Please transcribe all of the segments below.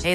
Hey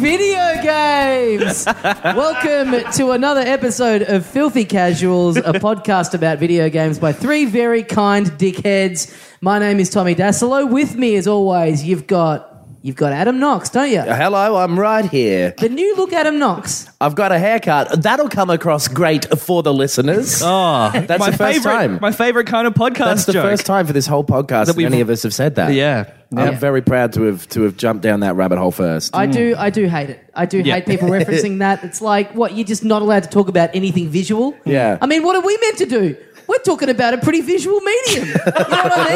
video games. Welcome to another episode of Filthy Casuals, a podcast about video games by three very kind dickheads. My name is Tommy Dasilo. With me, as always, you've got you've got Adam Knox, don't you? Hello, I'm right here. The new look, Adam Knox. I've got a haircut. That'll come across great for the listeners. Oh, That's my the first favorite, time. My favorite kind of podcast That's the joke. first time for this whole podcast that we've- any of us have said that. Yeah. I'm Yeah. very proud to have to have jumped down that rabbit hole first. I do, I do hate it. I do Mm. Yeah. hate people referencing that. It's like, what? You're just not allowed to talk about anything visual. Yeah. I mean, what are we meant to do? We're talking about a pretty visual medium. You know what I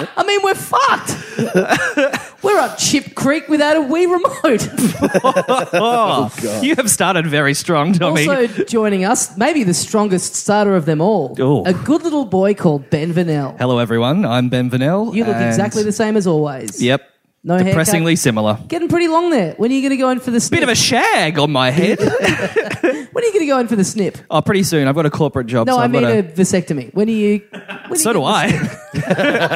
mean? I mean, we're fucked. We're up Chip Creek without a Wii remote. Oh, you have started very strong, Tommy. also joining us, maybe the strongest starter of them all, Ooh. a good little boy called Ben Vanel. Hello, everyone. I'm Ben Vanel. You look and- exactly the same as always. Yep. No haircut. Depressingly similar. Getting pretty long there. When are you going to go in for the snip? Bit of a shag on my head. when are you going to go in for the snip? oh, pretty soon. I've got a corporate job. No, so I I've mean got a to. vasectomy. When are you? When So do I.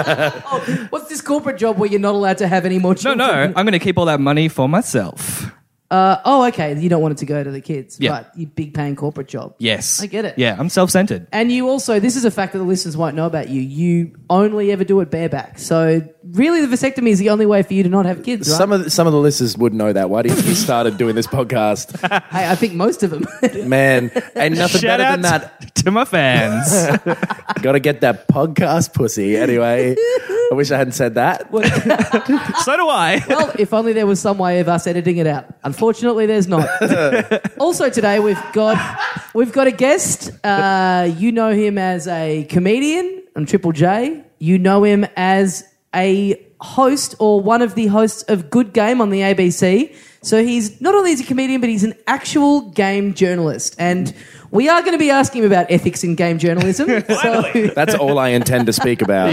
What's this corporate job where you're not allowed to have any more no, children? no. I'm going to keep all that money for myself. Uh, oh, okay. You don't want it to go to the kids, Yeah. right? You big paying corporate job. Yes. I get it. Yeah, I'm self centered. And you also, this is a fact that the listeners won't know about you. You only ever do it bareback. So really, the vasectomy is the only way for you to not have kids. Right? Some of the, some of the listeners would know that. Why do you think you started doing this podcast, I, I think most of them. man? Ain't nothing Shout better out than that. to my fans. Got to get that podcast pussy. Anyway, I wish I hadn't said that. so do I. well, if only there was some way of us editing it out. Unfortunately, there's not. also today we've got we've got a guest. Uh, you know him as a comedian on Triple J. You know him as a host or one of the hosts of Good Game on the ABC. So he's not only is he a comedian, but he's an actual game journalist. And we are going to be asking him about ethics in game journalism. so That's all I intend to speak about.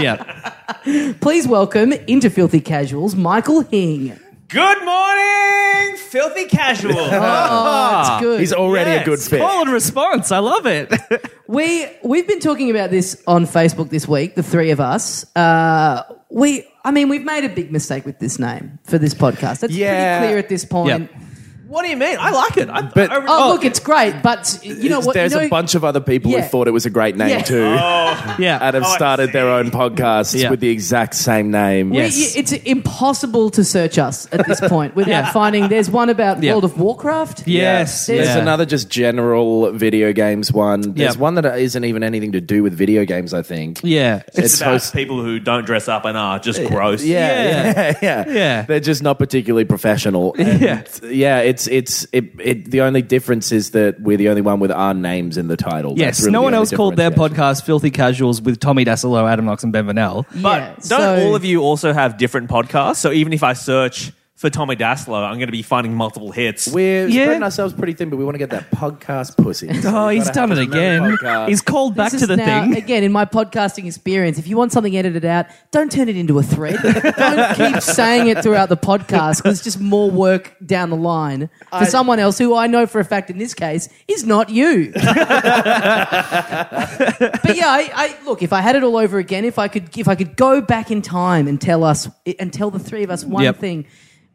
yeah. please welcome into Filthy Casuals, Michael Hing. Good morning, filthy casual. That's good. he's already a Yes. good fit. Call and response. I love it. We we've been talking about this on Facebook this week, the three of us. Uh, we, I mean, we've made a big mistake with this name for this podcast. That's Yeah. pretty clear at this point. Yep. what do you mean? I like it. I, But- I, I- Oh, look, it's great, but you know what? There's you know, a bunch of other people Yeah. who thought it was a great name Yeah. too. Yeah. Oh, and have I started see. their own podcasts Yeah. with the exact same name. we- Yes. It's impossible to search us at this point without Yeah. finding. There's one about Yeah. World of Warcraft. Yes. There's There's yeah. another just general video games one. There's Yeah. one that isn't even anything to do with video games, I think. Yeah. it's, It's about host- people who don't dress up and are just gross. yeah, yeah, yeah, Yeah. They're just not particularly professional. And, Yeah. yeah. It's it's it, it. The only difference is that we're the only one with our names in the title. Yes, That's really no the one only else called their differentiation. podcast Filthy Casuals with Tommy Dasilo, Adam Knox, and Ben Vanel. But Yeah, don't so- all of you also have different podcasts? So even if I search for Tommy Daslow, I'm going to be finding multiple hits. We're Yeah. spreading ourselves pretty thin, but we want to get that podcast pussy. So Oh, we've he's gotta done it have another again. podcast. He's called back This to is the now, thing. again in my podcasting experience. If you want something edited out, don't turn it into a thread. don't keep saying it throughout the podcast because it's just more work down the line for someone else who I know for a fact in this case is not you. but yeah, I, I look. If I had it all over again, if I could, if I could go back in time and tell us and tell the three of us one Yep. thing,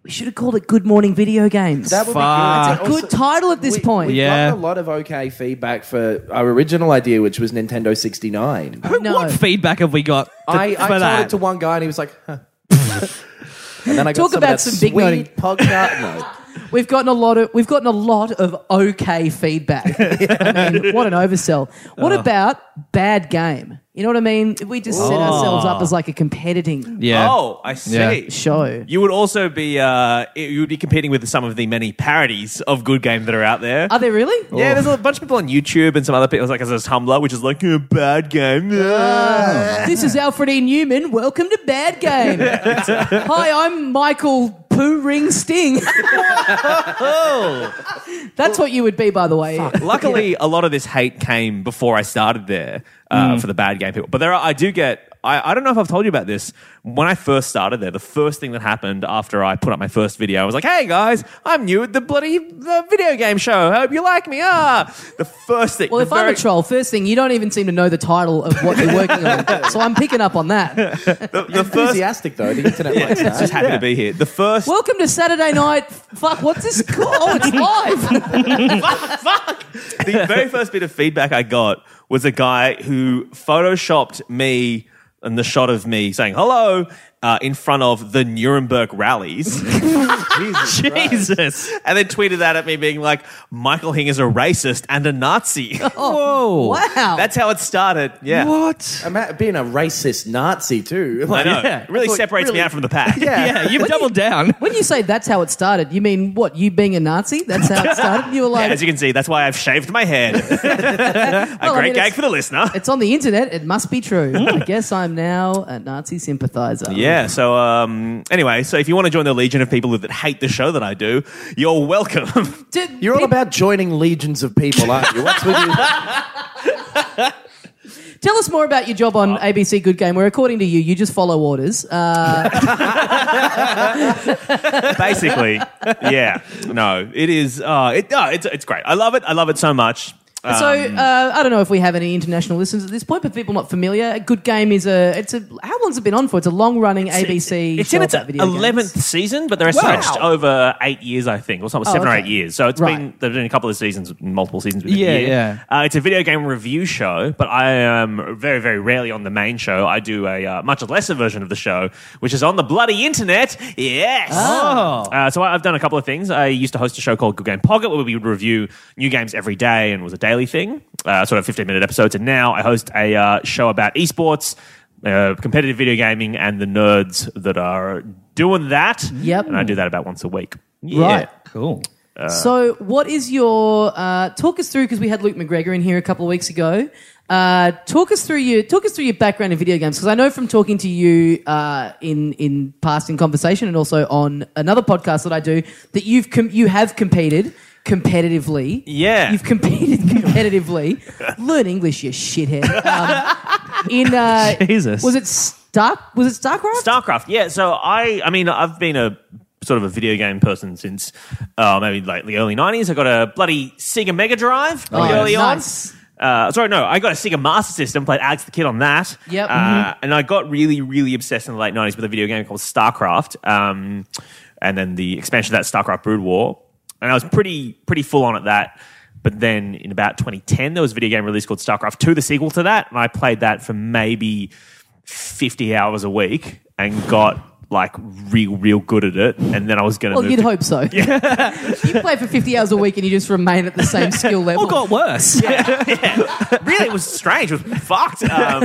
we should have called it "Good Morning Video Games." That would be Fuck. good. It's a good title at this we, point. We've Yeah. gotten a lot of okay feedback for our original idea, which was Nintendo 69. Who- No. What feedback have we got? to- I, I for told that? it to one guy and he was like, huh. and then I got Talk some about of that some big sweet noting. podcast. No. We've gotten a lot of we've gotten a lot of okay feedback. I mean, what an oversell. What about bad game? You know what I mean? If we just set ourselves up as like a competing Yeah. Oh, I see. Yeah. show. You would also be uh, you would be competing with some of the many parodies of Good Game that are out there. Are they really? yeah, there's a bunch of people on YouTube and some other people like there's a Tumblr which is like a bad game. This is Alfred E. Newman. Welcome to Bad Game. Hi, I'm Michael Pooh Ring Sting. That's what you would be, by the way. Luckily, a lot of this hate came before I started there uh, Mm. for the bad game people. But there are, I do get. I, I don't know if I've told you about this. When I first started there, the first thing that happened after I put up my first video, I was like, "Hey guys, I'm new at the bloody uh, video game show. Hope you like me." Ah, the first thing. Well, the if I'm a troll, first thing, you don't even seem to know the title of what you're working on. So I'm picking up on that. the, the first. Enthusiastic though, the internet likes that. Just happy to be here. The first. Welcome to Saturday Night. Fuck, what's this called? Oh, it's live. the very first bit of feedback I got was a guy who photoshopped me and the shot of me saying hello uh, in front of the Nuremberg Jesus. rallies, and then tweeted that at me, being like, "Michael Hing is a racist and a Nazi." Whoa. Wow. That's how it started. Yeah, What? Ima- Being a racist Nazi too. I Like, know. Yeah. It really Like, separates really- me out from the pack. Yeah. Yeah, you've doubled down. when you say that's how it started, you mean what? You being a Nazi? That's how it started? You were like, As you can see, that's why I've shaved my head. a Well, I great mean, gag it's- for the listener. It's on the internet. It must be true. I guess I'm now a Nazi sympathizer. Yeah. So um, anyway, so if you want to join the legion of people that hate the show that I do, you're welcome. Did- You're all pe- about joining legions of people, aren't you? What's with you? Tell us more about your job on Uh, ABC Good Game, where, according to you, you just follow orders. Uh, basically yeah no it is uh it, uh, it's, it's great i love it i love it so much Um, so uh, I don't know if we have any international listeners at this point, but people not familiar. Good Game is a. It's a. How long's it been on for? It's a long-running ABC. it's show in its about video games. 11th season but they're stretched over eight years i think or something Oh, seven or okay. eight years so it's Right. been there's been a couple of seasons multiple seasons within Yeah, a year. yeah. Uh, it's a video game review show but i am very very rarely on the main show i do a uh, much lesser version of the show which is on the bloody internet yes Oh. Uh, so I- I've done a couple of things. I used to host a show called Good Game Pocket where we would review new games every day and was a daily thing, uh, sort of 15 minute episodes. And now I host a uh, show about esports, uh, competitive video gaming, and the nerds that are doing that. Yep. And I do that about once a week. Right. Cool. So, what is your uh, talk us through? Because we had Luke McGregor in here a couple of weeks ago. Uh, talk us through your talk us through your background in video games because I know from talking to you uh, in in past in conversation and also on another podcast that I do that you've com- you have competed competitively. Yeah. you've competed competitively. Learn English, you shithead. Um, in uh, Jesus. was it Stark? Was it Starcraft? StarCraft. Yeah. So I, I mean, I've been a sort of a video game person since uh, maybe like the early '90s. I got a bloody Sega Mega Drive like, Oh, yeah. early on. Nice. Uh, sorry, no, I got a Sega Master System. Played Alex the Kid on that. Yep. Uh, And I got really, really obsessed in the late '90s with a video game called StarCraft. Um, and then the expansion of that StarCraft Brood War. And I was pretty, pretty full on at that. But then in about 2010, there was a video game release called StarCraft 2, the sequel to that. And I played that for maybe 50 hours a week and got like real, real good at it. And then I was going Well, move Oh, you'd to. hope so. you play for 50 hours a week and you just remain at the same skill level. All got worse. really, it was strange. It was fucked. Um,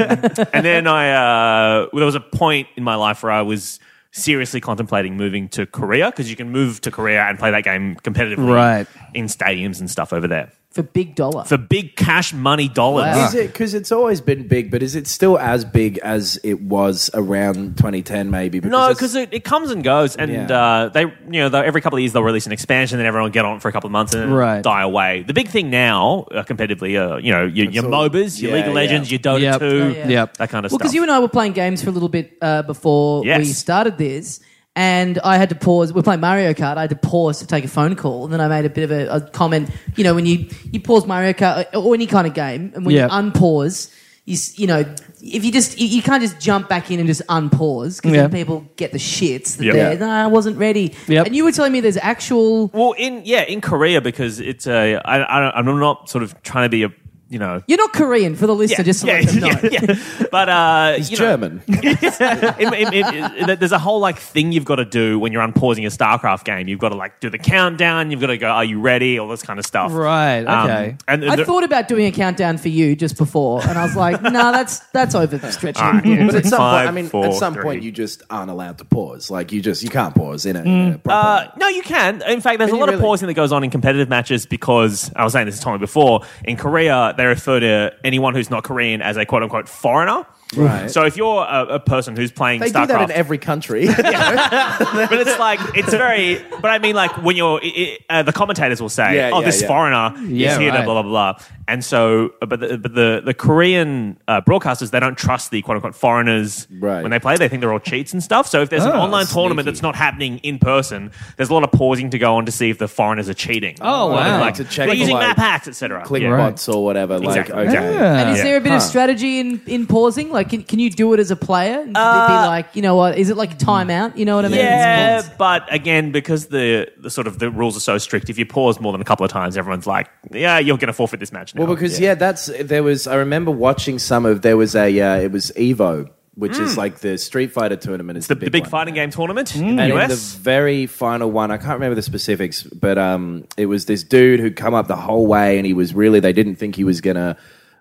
and then I, uh, well, there was a point in my life where I was seriously contemplating moving to Korea because you can move to Korea and play that game competitively Right. in stadiums and stuff over there For big dollar. for big cash money dollars. Wow. Is it because it's always been big, but is it still as big as it was around 2010? Maybe No, it's- because it, it comes and goes, and Yeah. uh, they you know they'll- every couple of years they'll release an expansion, then everyone will get on it for a couple of months and then Right. die away. The big thing now, uh, competitively, uh, you know your, your all- MOBAs, your yeah, League of yeah. Legends, your Dota Yep. two, Oh, yeah. Yep. that kind of well, stuff. because you and I were playing games for a little bit uh, before Yes. we started this, and I had to pause. We're playing Mario Kart. I had to pause to take a phone call, and then I made a bit of a, a comment. You know, when you, you pause Mario Kart uh, or any kind of game, and when Yeah. you unpause, you, s- you know, if you just you, you can't just jump back in and just unpause because Yeah. then people get the shits. That Yep. they're, Yeah. "No, I wasn't ready. Yep. And you were telling me there's actual Well, in yeah, in Korea because it's a I, I don't, I'm not sort of trying to be a you know. You're not Korean for the listener, just to yeah, let them know. yeah, yeah. But uh, He's you know, German. it, it, it, it- there's a whole like thing you've got to do when you're unpausing a StarCraft game. You've got to like do the countdown. You've got to go, "Are you ready?" All this kind of stuff. Right, Um, okay. and I the- thought about doing a countdown for you just before, and I was like, nah, that's that's overstretching. All right, yeah, But at it's some five, point, I mean, four, at some three. point, you just aren't allowed to pause. Like you just you can't pause in a, in a proper- Uh, no, you can. In fact, there's Can a you lot of really? pausing that goes on in competitive matches because I was saying this to Tommy before. In Korea, they refer to anyone who's not Korean as a quote unquote foreigner. Right. So if you're a, a person who's playing they StarCraft, do that in every country. but it's like it's very. But I mean, like when you're, i i- uh, the commentators will say, Yeah, "Oh, yeah, this yeah. foreigner is Yeah, here," right. blah blah blah. And so, uh, but the, but the the Korean uh, broadcasters they don't trust the quote unquote foreigners Right. when they play. They think they're all cheats and stuff. So if there's an Oh, online tournament sneaky. that's not happening in person, there's a lot of pausing to go on to see if the foreigners are cheating. Oh, Or they're wow. Like, To check we're using like- map hacks, etc. Click Yeah. bots or whatever. Exactly. Like okay, Yeah. And is Yeah. there a bit of strategy in, in pausing? Like, can, can you do it as a player? Could it be like, you know what? Is it like a timeout? You know what I mean? Yeah, It's paused. but again, because the, the sort of the rules are so strict, if you pause more than a couple of times, everyone's like, "Yeah, you're going to forfeit this match." Now. Well, because yeah. that's there was. I remember watching some of there was a uh, it was Evo, which is like the Street Fighter tournament. Is the, the big one. fighting game tournament in And the in the US. very final one, I can't remember the specifics, but um, it was this dude who'd come up the whole way, and he was really they didn't think he was gonna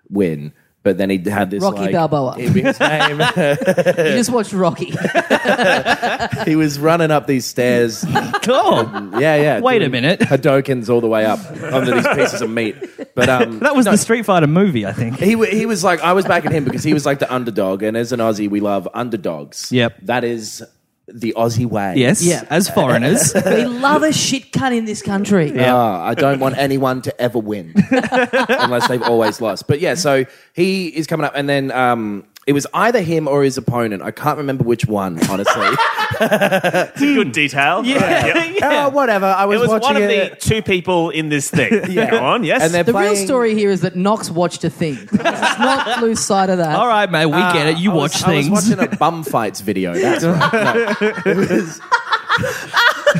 win, but then he had this Rocky like, Balboa. It'd be his name. You just watch Rocky. he was running up these stairs. Yeah, Cool. yeah. Wait doing a minute. Hadokens all the way up under these pieces of meat. But um, That was no, the Street Fighter movie, I think. He, wa- he was like I was backing him because he was like the underdog, and as an Aussie, we love underdogs. Yep. that is the Aussie way. Yes, Yeah. as foreigners. we love a shit cunt in this country. Ah, I don't want anyone to ever win unless they've always lost. But yeah, so he is coming up, and then um, it was either him or his opponent. I can't remember which one, honestly. good detail. Yeah. oh, whatever. I was, It was watching one of it. the two people in this thing. Go on, yes. And they're The playing, real story here is that Knox watched a thing. Let's not lose sight of that. All right, mate, we get it. You I watch was, things. I was watching a bum fights video. That's right. No, it was-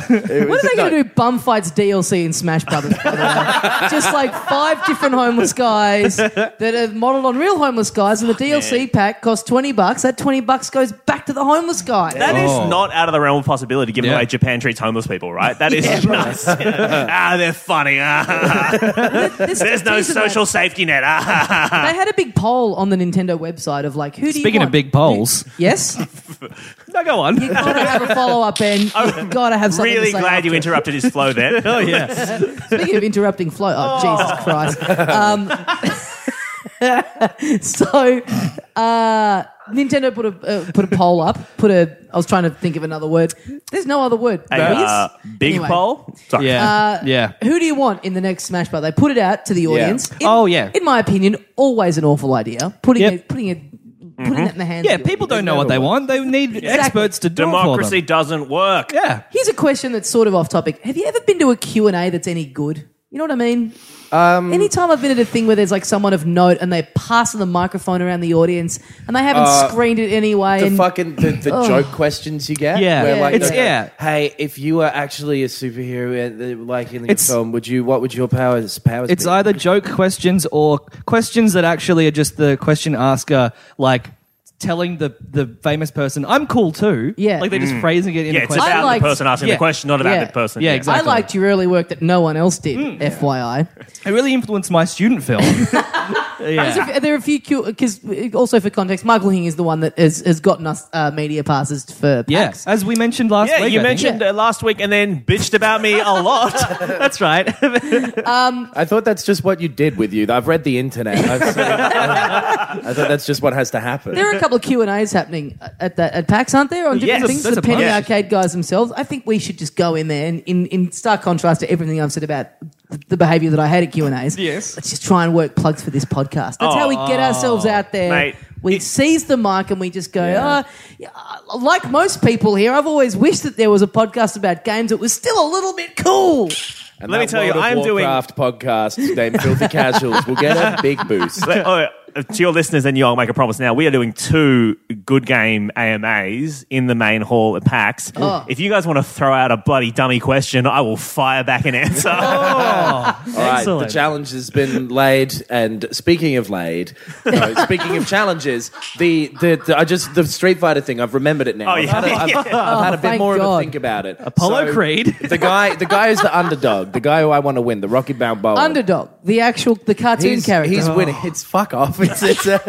it When was- are they going no. to do bum fights DLC in Smash Brothers? by the way? Just like five different homeless guys that are modeled on real homeless guys, Oh, and the DLC pack costs twenty bucks. That twenty bucks goes back to the homeless guy. that is Oh. not out of the realm of possibility given Yeah. the way Japan treats homeless people, right? That is nuts. ah, they're funny. Ah. This- There's no these are like- social safety net. Ah. They had a big poll on the Nintendo website of like, who do you Speaking of want? big polls. Yes, No, go on. you gotta have a follow up, Ben. You gotta have something. Really to say glad you after. interrupted his flow there. Oh, yeah. Speaking of interrupting flow, oh, Jesus Christ. Um, so, uh, Nintendo put a uh, put a poll up. Put a. I was trying to think of another word. There's no other word. Uh, Quiz? big Anyway, poll. Sorry. Yeah. yeah. Who do you want in the next Smash Bros? They put it out to the audience. In- Oh, yeah. In my opinion, always an awful idea. Putting Yep. Mm-hmm. a, putting a, putting that in the hands. Yeah, of the people audience. don't know what they want. They need experts to do Democracy it doesn't work. for them. Yeah. Here's a question that's sort of off topic. Have you ever been to a Q and A that's any good? You know what I mean? Um, Anytime I've been at a thing where there's like someone of note and they're passing the microphone around the audience and they haven't screened it anyway. the and fucking the, the Oh. joke questions you get. Yeah. where Yeah. like It's- they go, yeah. Hey, if you were actually a superhero, uh, the- like in your It's- film, would you? What would your powers powers? It's be? either joke questions or questions that actually are just the question asker, like telling the, the famous person, I'm cool too. Yeah. Like they're just phrasing it in Mm. Yeah, a it's question. about liked- the person asking Yeah. the question, not about Yeah. the person. Yeah, exactly. I liked your early work that no one else did, FYI. It really influenced my student film. Is yeah. there- Are there a few Q because also for context, Michael Hing is the one that has, has gotten us uh, media passes for Yeah. PAX. As we mentioned last Yeah, week. you I think. mentioned uh, last week and then bitched about me a lot. That's right. I thought that's just what you did with you. I've read the internet. I've seen, I thought that's just what has to happen. There are a couple of Q and A's happening at that at PAX, aren't there? On different Yes, things, there's the a bunch. Penny Yeah. Arcade guys themselves. I think we should just go in there, and in, in stark contrast to everything I've said about the, the behaviour that I had at Q and A's. Yes. let's just try and work plugs for this podcast. That's how we get ourselves out there. Mate, We it- seize the mic and we just go. Yeah. "Ah, yeah, uh, like most people here, I've always wished that there was a podcast about games that was still a little bit cool. And Let me that tell you, World of I'm doing- Warcraft podcast named Filthy Casuals will get a big boost. Like, oh, to your listeners and you, I'll make a promise now. We are doing two good game AMAs in the main hall at PAX. If you guys want to throw out a bloody dummy question, I will fire back an answer. All right, Excellent. the challenge has been laid. And speaking of laid, no, speaking of challenges, the, the, the I just the Street Fighter thing. I've remembered it now. Oh, yeah. I've had a, I've, I've had a bit Oh, thank more of God. a think about it. Apollo Creed. the guy, the guy who's the underdog, the guy who I want to win, the Rocky Balboa. Underdog, the actual the cartoon He's, character. Oh. he's winning. It's fuck off. It's it's a,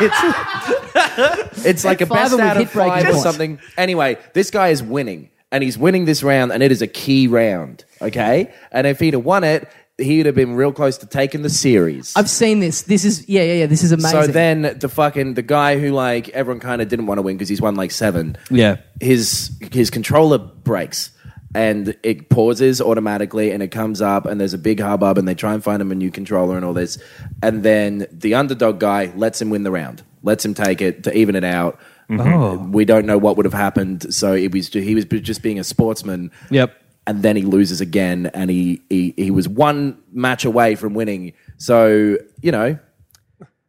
it's, it's like a Five best and we out hit of five breaking or point. something. Anyway, this guy is winning, and he's winning this round, and it is a key round. Okay, and if he'd have won it, he'd have been real close to taking the series. I've seen this. This is yeah, yeah, yeah. This is amazing. so then the fucking the guy who like everyone kind of didn't want to win because he's won like seven. Yeah. his his controller breaks and it pauses automatically and it comes up and there's a big hubbub and they try and find him a new controller and all this and then the underdog guy lets him win the round lets him take it to even it out Mm-hmm. we don't know what would have happened so it was he was just being a sportsman Yep. and then he loses again and he he, he was one match away from winning so you know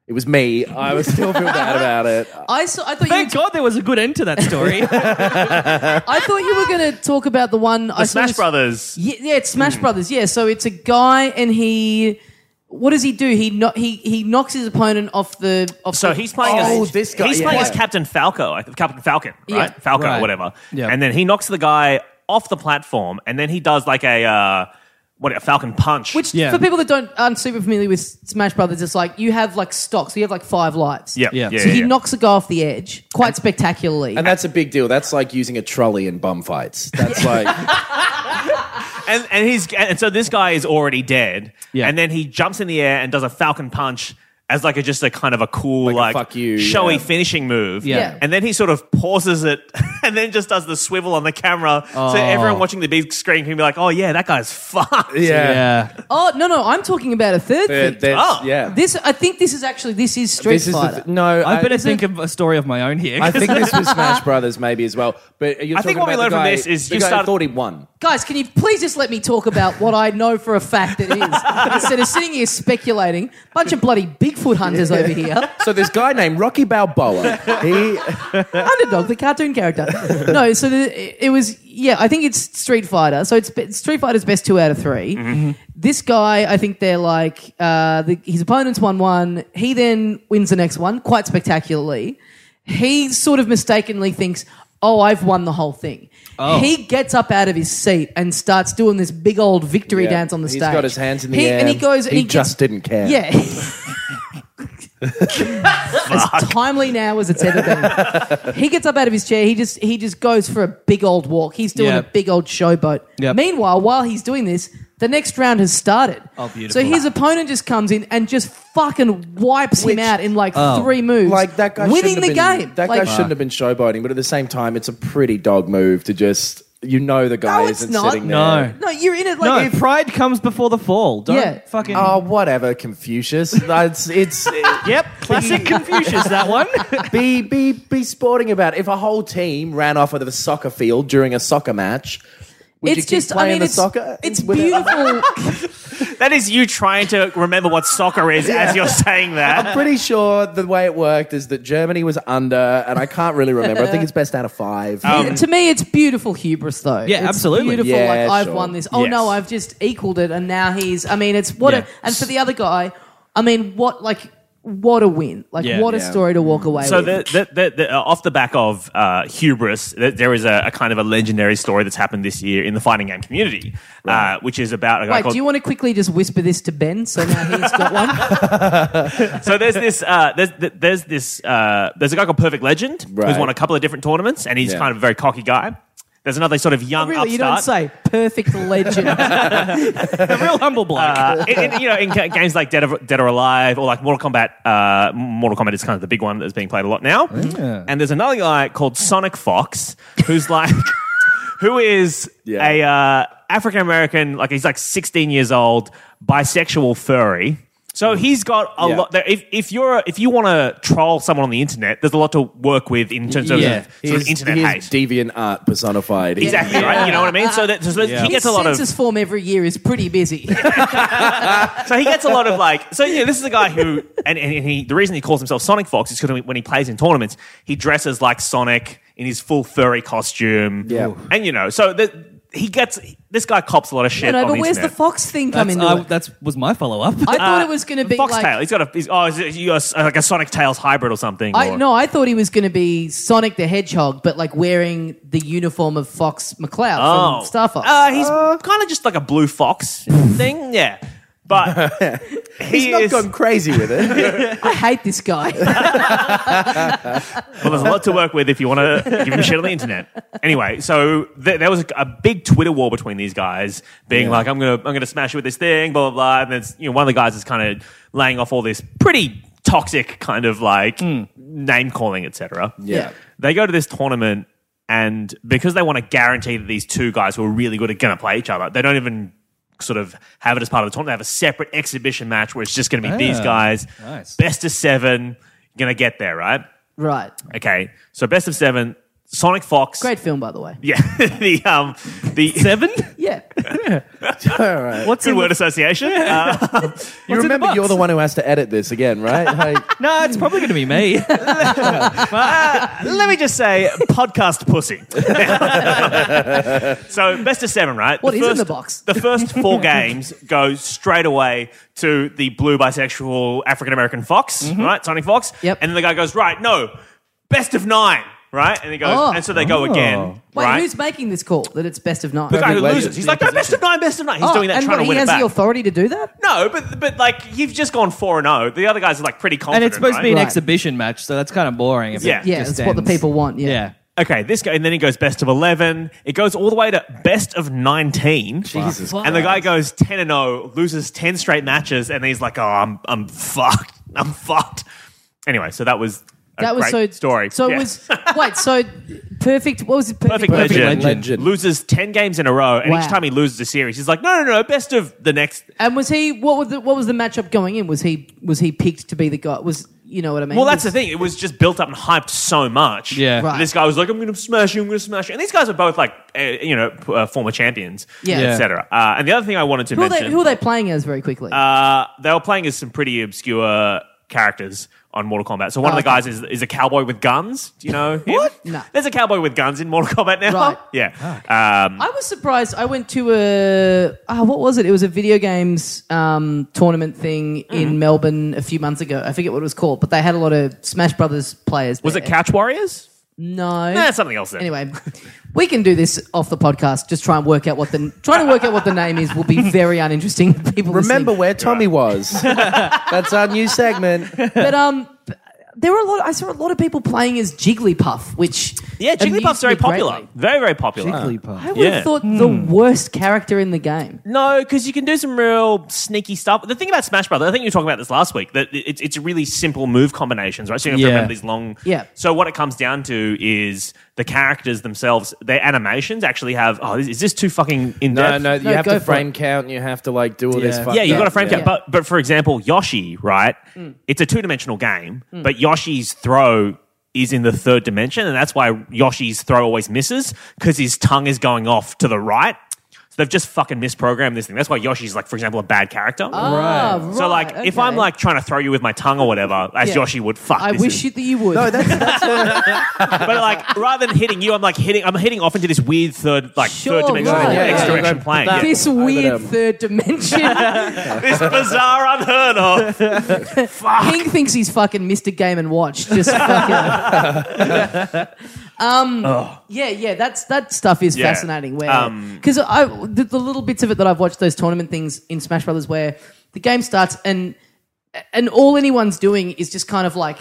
it was me i was still feel bad about it I saw. I thought you. Thank God there was a good end to that story. I thought you were going to talk about the one. I the saw Smash this- Brothers. Yeah, yeah, it's Hmm. Smash Brothers. Yeah, so it's a guy and he. What does he do? He no, he he knocks his opponent off the off. So the he's playing Oh, as this guy, He's yeah. playing as Captain Falco, I think, Captain Falcon, Yeah. right? Falcon Right. or whatever. Yeah. And then he knocks the guy off the platform, and then he does like a uh, what a Falcon punch. Which Yeah. for people that don't aren't super familiar with Smash Brothers, it's like you have like stocks. You have like five lives. yeah, Yeah. yeah. So So he yeah. knocks a guy off the edge quite spectacularly. And that's a big deal. That's like using a trolley in bum fights. That's like and and he's and so this guy is already dead. Yeah. And then he jumps in the air and does a falcon punch as like a just a kind of a cool Like a like, fuck you, showy yeah. finishing move. Yeah. Yeah. And then he sort of pauses it and then just does the swivel on the camera Oh. so everyone watching the big screen can be like, "Oh yeah, that guy's fucked." yeah. oh no, no, I'm talking about a third Uh, thing. that's- Oh. yeah. This I think this is actually this is Street This is the Fighter. th- no. I better think of a story of my own here. I think this was Smash Brothers maybe as well. But you're I think talking what we about the learned from guy- this is the you guy who start- thought he won. Guys, can you please just let me talk about what I know for a fact that it is instead of sitting here speculating? Bunch of bloody Bigfoot hunters over here. So this guy named Rocky Balboa. He Underdog, the cartoon character. No, so the, it was yeah. I think it's Street Fighter. So it's be- Street Fighter's best two out of 3 Mm-hmm. This guy, I think they're like uh, the, his opponent's won one. He then wins the next one quite spectacularly. He sort of mistakenly thinks, "Oh, I've won the whole thing." Oh. He gets up out of his seat and starts doing this big old victory Yeah. dance on the He's stage. got his hands in the He- air. and he goes. and He he gets- just didn't care. Yeah. as timely now as it's ever been. he gets up out of his chair. He just he just goes for a big old walk. He's doing Yeah. a big old showboat. Yep. Meanwhile, while he's doing this, the next round has started. Oh, beautiful. So his opponent just comes in and just fucking wipes Which- him out in like Oh. three moves. like that guy winning the shouldn't have been- game. That Like, guy shouldn't have been showboating, but at the same time, it's a pretty dog move to just you know the guy No, it's isn't not. sitting No. there. No, you're in it no, Uh, like pride comes before the fall. Don't Yeah. fucking. Oh, whatever, Confucius. That's it's yep, classic Confucius. That one. be be be sporting about it. if a whole team ran off of the soccer field during a soccer match. Would you it's keep just. I playing mean, the it's soccer. it's with it? beautiful. That is you trying to remember what soccer is as you're saying that. Pretty sure the way it worked is that Germany was under, and I can't really remember. I think it's best out of five. Um, to me, it's beautiful hubris, though. Yeah, It's absolutely. Beautiful, Yeah, like I've sure. won this. Oh Yes. no, I've just equaled it, and now he's. I mean, it's what. Yeah. A, and for the other guy, I mean, what like what a win! Like Yeah. what a Yeah. story to walk away. Mm. So with. the, the, the, the, uh, off the back of uh, hubris, th- there is a, a kind of a legendary story that's happened this year in the fighting game community, uh, which is about a guy Wait, called. do you want to quickly just whisper this to Ben so now he's got one? so there's this uh, there's th- there's this uh, there's a guy called Perfect Legend who's Right. won a couple of different tournaments, and he's Yeah. kind of a very cocky guy. There's another sort of Oh, young really, you don't upstart. say. Perfect legend. a real humble bloke. uh, in, in, you know, in ga- games like Dead or, Dead or Alive or like Mortal Kombat, uh, Mortal Kombat is kind of the big one that's being played a lot now. And there's another guy called Sonic Fox who's like, who is Yeah. a uh, African American, like he's like 16 years old, bisexual furry. So he's got a Mm. Yeah. lot. There. If if you're a- if you want to troll someone on the internet, there's a lot to work with in terms of Yeah. sort of He's- internet he is hate. deviant art personified. Exactly right. You know what I mean. So that so he His gets a lot of census form every year is pretty busy. so he gets a lot of like so yeah this is a guy who and, and he the reason he calls himself sonic fox is because when he plays in tournaments he dresses like sonic in his full furry costume Yeah. and you know so that he gets this guy cops a lot of shit no, no, on but the where's the internet. uh, fox thing come That's, into I, it? that's was my follow up. I thought it was going to be Foxtail. like he's got a. He's, oh, is it, you are s- like a Sonic Tails hybrid or something. I um, or- no, I thought he was going to be Sonic the Hedgehog, but like wearing the uniform of Fox McCloud Oh. from Star Fox. Uh, he's kind of just like a blue fox thing. Yeah, but he He's not is. gone crazy with it. I hate this guy. Well, there's a lot to work with if you want to give him shit on the internet. Anyway, so th- there was a, a big Twitter war between these guys, being like, "I'm gonna, I'm gonna smash you with this thing," blah blah blah. And it's you know, one of the guys is kind of laying off all this pretty toxic kind of like Hmm. name calling, etc. Yeah. They go to this tournament, and because they want to guarantee that these two guys who are really good are going to play each other, they don't even sort of have it as part of the tournament. They have a separate exhibition match where it's just going to be these Ah, guys, nice. best of seven, going to get there, right? right. Okay, so best of seven, Sonic Fox. Great film, by the way. Yeah, the um, the seven. Yeah. All right. What's Good in word the, association. Uh, you in the remember box? you're the one who has to edit this again, right? Like, No, it's probably going to be me. let me just say, podcast pussy. so best of seven, right? What is in first- the box? The first four games go straight away to the blue bisexual African American fox, right? Sonic Fox. Mm-hmm. Yep. And then the guy goes, right, no, best of nine, right? And he goes, Oh. and so they go again, Wait, right? who's making this call that it's best of nine? the guy who Legend. loses, he's like, no, best of nine, best of nine. He's Oh, doing that and trying what, to win he it has back. the authority to do that? No, but but like you've just gone four and zero. The other guys are like pretty confident. and it's supposed to be an right? Right. exhibition match, so that's kind of boring. if it Yeah. Yeah, just it's what the ends. people want. Yeah. Yeah. okay. This guy, and then he goes best of eleven. It goes all the way to best of nineteen. Jesus Wow. And the guy goes ten and zero, loses ten straight matches, and he's like, "Oh, I'm I'm fucked. I'm fucked." Anyway, so that was a That was so great story. So Yeah. it was wait. So perfect. What was it? Perfect legend. Legend. loses ten games in a row, and Wow. each time he loses a series, he's like, "No, no, no, best of the next." And was he? What was the? What was the matchup going in? Was he? Was he picked to be the guy? Was you know what I mean? Well, that's the Was- thing. It was just built up and hyped so much. Yeah. Right. This guy was like, "I'm going to smash you. I'm going to smash you." And these guys are both like, uh, you know, p- uh, former champions, Yeah. Yeah. etc. Uh, and the other thing I wanted to Who are, mention, they, who are they playing as? Very quickly. uh, they were playing as some pretty obscure characters on Mortal Kombat. So one Oh, of the okay. guys is, is a cowboy with guns. Do you know? him? What? No. There's a cowboy with guns in Mortal Kombat now. Right. Yeah. Um, I was surprised. I went to a oh, what was it? It was a video games um, tournament thing Mm. in Melbourne a few months ago. I forget what it was called, but they had a lot of Smash Brothers players. was it there. Couch Warriors? No, Nah, something else. Then. Anyway, we can do this off the podcast. Just try and work out what the trying to work out what the name is will be very uninteresting to people. remember listening. where Tommy was. That's our new segment. but um, there were a lot. I saw a lot of people playing as Jigglypuff, which Yeah, Jigglypuff's amused very me popular. greatly. Very, very popular. I would Yeah. have thought the worst character in the game. No, because you can do some real sneaky stuff. The thing about Smash Brothers, I think you were talking about this last week, that it's, it's really simple move combinations, right? So you don't have Yeah. to remember these long. Yeah. So what it comes down to is the characters themselves, their animations actually have. Oh, is is this too fucking in No, depth? no, you No, have go to for frame it. count. You have to like do all this. Yeah. fucked Yeah, you've got to up- frame yeah. count. But, but for example, Yoshi, right? Mm. It's a two dimensional game, but Yoshi's throw is in the third dimension, and that's why Yoshi's throw always misses because his tongue is going off to the right. So they've just fucking misprogrammed this thing. That's why Yoshi's like, for example, a bad character. Ah, Right. right. So like, if I'm okay. like trying to throw you with my tongue or whatever, as Yeah. Yoshi would, fuck. I this wish is- you that you would. No, that's, that's but like, rather than hitting you, I'm like hitting. I'm hitting off into this weird third, like Sure, third dimensional, right. Yeah, X yeah, direction yeah. plane. That- Yeah. this over weird them. third dimension. this bizarre, unheard of. King thinks he's fucking Mr. Game and Watch. Just fucking. um, yeah, yeah, that's that stuff is Yeah. fascinating. Where Um, because I the, the little bits of it that I've watched those tournament things in Smash Brothers where the game starts and and all anyone's doing is just kind of like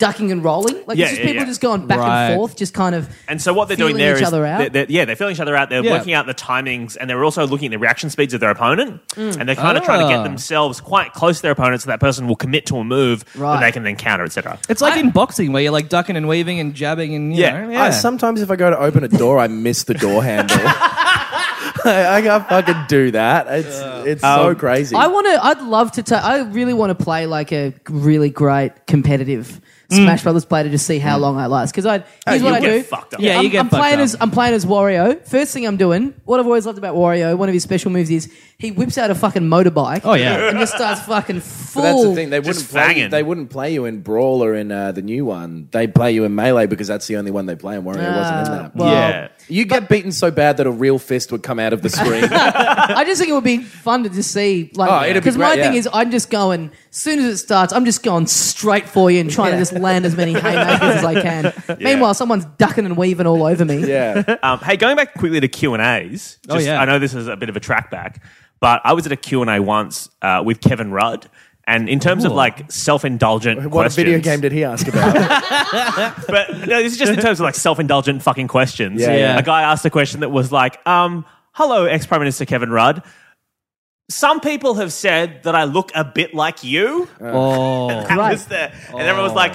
ducking and rolling. Like Yeah, it's just yeah, people yeah. just going back Right. and forth, just kind of. And so what they're doing feeling there each is, other out. they're- they're- yeah, they're feeling each other out. They're Yeah. working out the timings, and they're also looking at the reaction speeds of their opponent, Mm. and they're kind of trying to Ah. get themselves quite close to their opponent, so that person will commit to a move Right. that they can then counter, etc. It's like in boxing where you're like ducking and weaving and jabbing and you Yeah. know, I, sometimes if I go to open a door, I miss the door handle. I can't fucking do that. It's it's so crazy. I want to. I'd love to. Ta- I really want to play like a really great competitive Smash Brothers player to just see how long I last. Because I here's Mm. Oh, you'll what I get do. fucked up. Yeah, I'm, you get I'm fucked playing up. as I'm playing as Wario. First thing I'm doing. What I've always loved about Wario, one of his special moves is he whips out a fucking motorbike. Oh, yeah. and just starts fucking But full. that's the thing. They wouldn't Just play. You, fanging. they wouldn't play you in Brawl or in uh, the new one. They play you in Melee because that's the only one they play. And Warrior wasn't in Uh, that. well, Yeah. you get beaten so bad that a real fist would come out of the screen. I just think it would be fun to just see, Oh, like, it'd be because my great, thing yeah. is, I'm just going. As soon as it starts, I'm just going straight for you and trying to just land as many haymakers as I can. Meanwhile, someone's ducking and weaving all over me. yeah, Um, hey, going back quickly to Q and A's. Oh, yeah. I know this is a bit of a track back, but I was at a Q and A once uh, with Kevin Rudd, and in terms of like self-indulgent what questions, video game did he ask about? but no, this is just in terms of like self-indulgent fucking questions. Yeah, yeah. A guy asked a question that was like, um, "Hello, ex-prime minister Kevin Rudd." Some people have said that I look a bit like you. Oh, That was the, and everyone was like,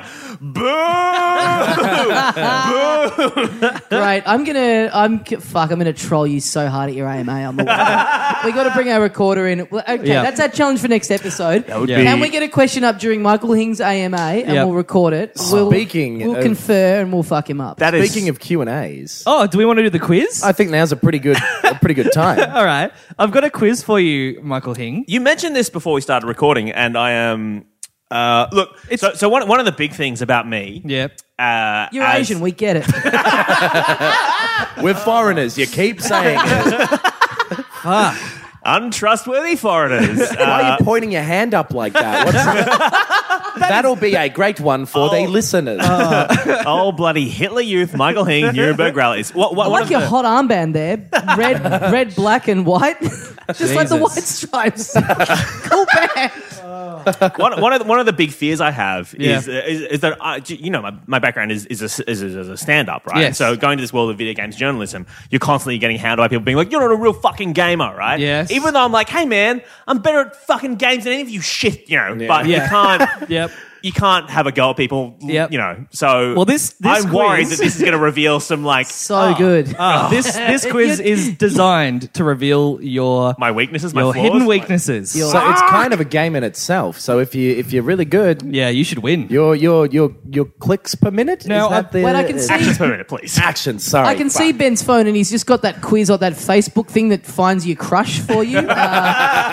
"Boo, boo!" Great. I'm gonna. I'm fuck. I'm gonna troll you so hard at your AMA on the way. we got to bring our recorder in. Well, Okay, Yeah. that's our challenge for next episode. That would Yeah. be- Can we get a question up during Michael Hing's AMA and Yep. we'll record it? We'll, Speaking we'll of- confer and we'll fuck him up. That is Speaking of Q and A's, oh, do we want to do the quiz? I think now's a pretty good, a pretty good time. All right, I've got a quiz for you, Michael Hing. You mentioned this before we started recording, and I am. Uh, look, so, so one, one of the big things about me. Yeah. Uh, You're as- Asian. We get it. We're foreigners. You keep saying. it. Untrustworthy foreigners. Why Uh, are you pointing your hand up like that? What's That'll be a great one for the listeners. oh, bloody Hitler Youth, Michael Hing, Nuremberg rallies. What, what, I one like of your the- hot armband there. Red, red, black, and white. Just like the Jesus. white stripes. cool band. one, one of the, one of the big fears I have Yeah. is, uh, is is that I, you know my, my background is is a, is, a, is a stand up right. Yes. So going to this world of video games journalism, you're constantly getting hounded by people being like, "You're not a real fucking gamer," right? Yes. Even though I'm like, "Hey man, I'm better at fucking games than any of you shit," you know. But Yeah. you can't. Yep. You can't have a go at people. Yep. You know. So Well, this- this I'm worried quiz- that this is going to reveal some like So Ah. good. This this quiz is designed to reveal your my weaknesses, my your flaws, hidden my- weaknesses. So it's kind of a game in itself. So if you if you're really good, yeah, you should win. your your your your clicks per minute. Now, Is that I- the, when I can see- Actions per minute, please. action? Sorry, I can see Ben's phone, and he's just got that quiz or that Facebook thing that finds your crush for you. Uh,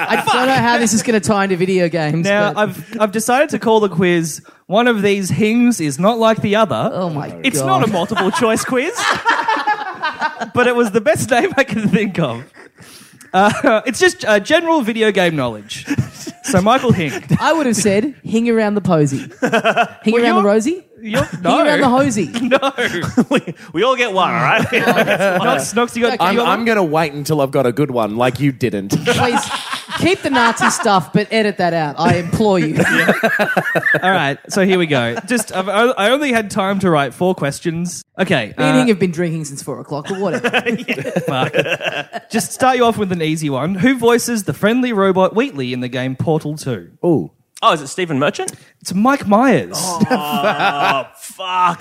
I don't know how this is going to tie into video games. Now but- I've I've decided to call the quiz one of these hings is not like the other. oh my god, it's not a multiple choice quiz, but it was the best name I could think of. Uh, it's just uh, general video game knowledge. So Michael Hing, I would have said hing around the posy, hing around the you're- rosy, you're, hing around the no, hosy. no, we, we all get one, all right? Knox, Knox, you got. I'm, you got I'm one? gonna wait until I've got a good one, like you didn't. Please keep the Nazi stuff, but edit that out. I implore you. All right, so here we go. Just I've, I only had time to write four questions. Okay, Me and uh, Hing have been drinking since four o'clock, but whatever. just start you off with an easy one. Who voices the friendly robot Wheatley in the game Portal Two? Ooh, oh, is it Stephen Merchant? It's Mike Myers. Fuck.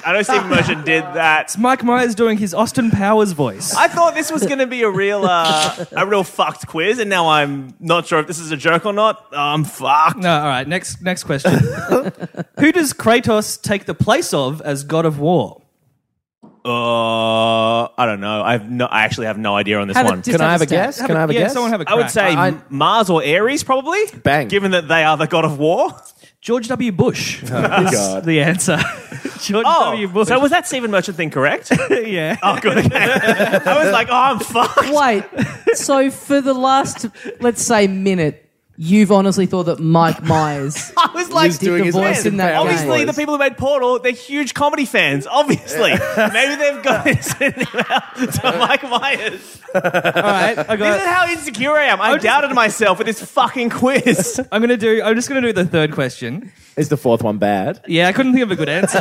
I know Stephen Merchant did that. It's Mike Myers doing his Austin Powers voice. I thought this was going to be a real, uh, a real fucked quiz, and now I'm not sure if this is a joke or not. I'm fucked. No, all right. Next, next question. Who does Kratos take the place of as God of War? Uh, I don't know. I have no. I actually have no idea on this Have a one. dis- can I have a understand. guess? Can I have a yeah, guess? someone have a I would crack. say I- M- Mars or Ares, probably. Bang. Given that they are the god of war. George W. Bush. is Oh, God. the answer. George W. Oh, Bush. so was that Stephen Merchant thing correct? yeah. oh, good. Okay. I was like, oh, I'm fucked. Wait, so for the last, let's say, minute, you've honestly thought that Mike Myers. I was like, He's doing "Dick his the voice Austin in that Powers game. Obviously, the people who made Portal, they're huge comedy fans. Obviously, maybe they've got this in to Mike Myers. All right. I This is got. how insecure I am. I just- doubted myself with this fucking quiz. I'm gonna do. I'm just gonna do the third question. Is the fourth one bad? Yeah, I couldn't think of a good answer.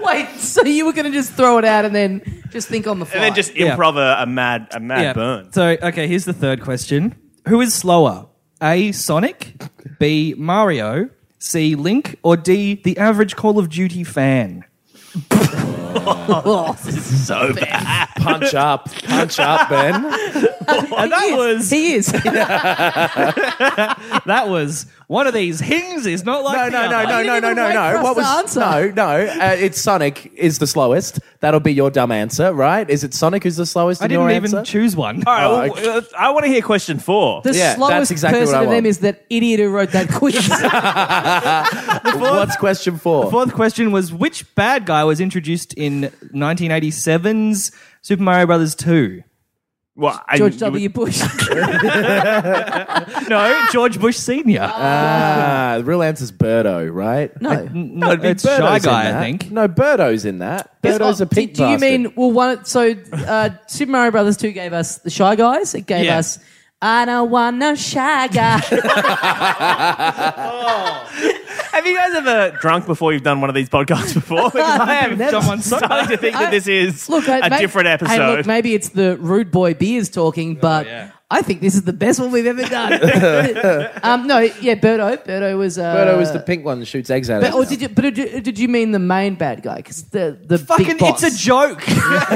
Wait, so you were going to just throw it out and then just think on the fly? And then just Yeah. improv a, a mad, a mad yeah. burn. So, okay, here's the third question. Who is slower? A. Sonic. B. Mario. C. Link. Or D. The average Call of Duty fan. so bad. Punch up, punch up, Ben. And that was He is. that was one of these hings is not No, like the no, no, other. no, no, no, even no, wait for no. us What to was no, no? Uh, it's Sonic is the slowest. That'll be your dumb answer, right? Is it Sonic who's the slowest? I in your didn't even answer? choose one. All right, okay. well, uh, I want to hear question four. The Yeah, slowest that's exactly what person I of them want. is that idiot who wrote that quiz. What's question four? Oh. Fourth question was which bad guy was introduced in 1987's Super Mario Brothers 2? Well, I- George you W. Bush. No, George Bush Senior. Uh, Uh, Ah, the real answer's Birdo, right? No. no, it's Birdo's Shy in Guy, that. I think. No, Birdo's in that. Birdo's a Do- pink Do Oh, you bastard. mean well? One so uh, Super Mario Brothers two gave us the Shy Guys. It gave Yeah. us I don't want no shy guy. Have you guys ever drunk before you've done one of these podcasts before? Because I am Never. someone starting to think that this is look, I- a may- different episode. Hey, look, maybe it's the rude boy beers talking, but Oh, yeah. I think this is the best one we've ever done. um, no, yeah, Birdo. Birdo was. Uh, Birdo is the pink one that shoots eggs at But, us. or did you, but did you, did you mean the main bad guy? Because the the Fucking, big boss. it's a joke.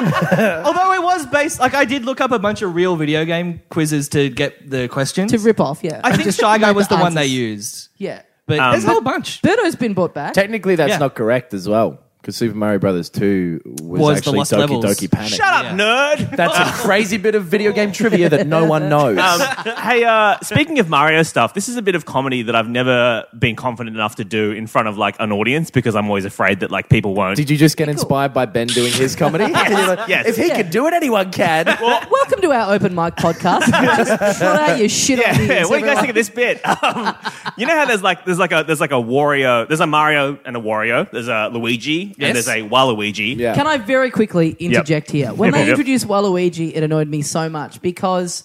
Although it was based, like I did look up a bunch of real video game quizzes to get the questions. to rip off. Yeah, I think Shy Guy was the one they artist. used, Yeah, but Um, there's a whole bunch. Birdo's been brought back. Technically, that's Yeah. not correct as well, because Super Mario Brothers Two was, Was the actually Lost Doki Levels. Doki Panic. Shut up, nerd. That's a crazy bit of video game trivia that no one knows. Um, hey, uh, speaking of Mario stuff, this is a bit of comedy that I've never been confident enough to do in front of like an audience because I'm always afraid that like people won't. did you just get inspired by Ben doing his comedy? You're like, yes. If he Yeah. could do it, anyone can. Welcome to our open mic podcast. Just trot out your shit yeah, ideas, what do you everyone. guys think of this bit? Um, you know how there's like there's like a there's like a Wario, there's a Mario and a Wario, there's a Luigi Yes. and there's a Waluigi. Yeah. Can I very quickly interject here? When Yep, they yep. introduced Waluigi, it annoyed me so much because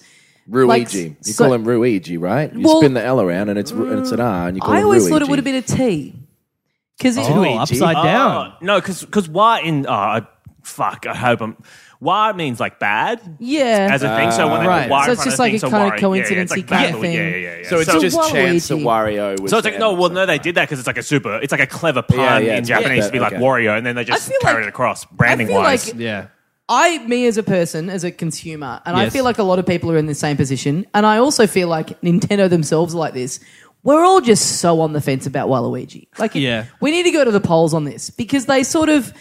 Like, Ruigi. you so- call him Ruigi, right? You Well- spin the L around and it's Ru- and it's an R, and you call I him always Ruigi. thought it would have been a T. Because Oh, upside down. Oh, no, because because wa in oh I- fuck, I hope I'm wa means like bad yeah, as a thing. So when they Right. put wa in So it's front just the like thing, a so kind of Wario- yeah, yeah, it's coincidency like bad kind of Lu- yeah, thing. yeah, yeah, yeah. So it's So just Waluigi. chance that Wario. Was So it's like the no, end. well, no, they did that because it's like a super. It's like a clever pun Yeah, yeah, in it's Japanese better, to be like okay. Wario, and then they I just feel carried like- it across branding I feel wise. like- Yeah. I, me as a person, as a consumer, and I Yes. feel like a lot of people are in the same position. And I also feel like Nintendo themselves are like this. We're all just so on the fence about Waluigi. Like, it- Yeah. we need to go to the polls on this because they sort of.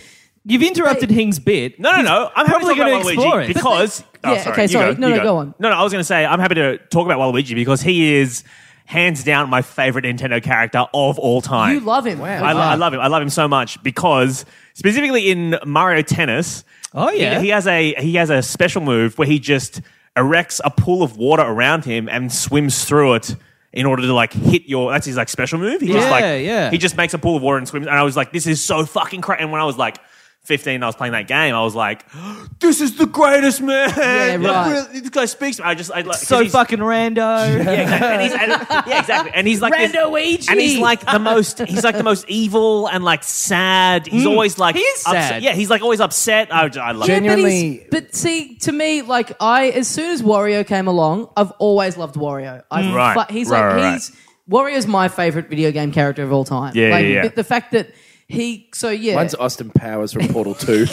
You've interrupted Hing's bit. no, no, no. I'm happy to probably talk about gonna explore Waluigi it. because. But- oh, yeah, sorry, okay, you sorry. Go, No, you no, go on. No, no. I was going to say I'm happy to talk about Waluigi because he is hands down my favorite Nintendo character of all time. You love him. I, lo- I love him. I love him so much because specifically in Mario Tennis, Oh, yeah. he, he has a he has a special move where he just erects a pool of water around him and swims through it in order to like hit your. That's his like special move. He just Yeah, like yeah. He just makes a pool of water and swims. And I was like, this is so fucking crazy. And when I was like. 15 I was playing that game I was like this is the greatest man Yeah, right. Look, this guy speaks to me. I just I like 'cause So he's- fucking rando. yeah, exactly. And he's, and, yeah, exactly. And he's like this- Randoichi. and he's like the most. He's like the most evil and like sad. Hmm. He's always like He is upset. sad. Yeah, he's like always upset. I, I love. Yeah, it. but he's- Genuinely- But, see, to me, like I, as soon as Wario came along, I've always loved Wario. I, Mm. Right, but he's right, like right, right. he's Wario's my favorite video game character of all time. Yeah, like, yeah, yeah. but The fact that he, so yeah, Mine's Austin Powers from Portal Two.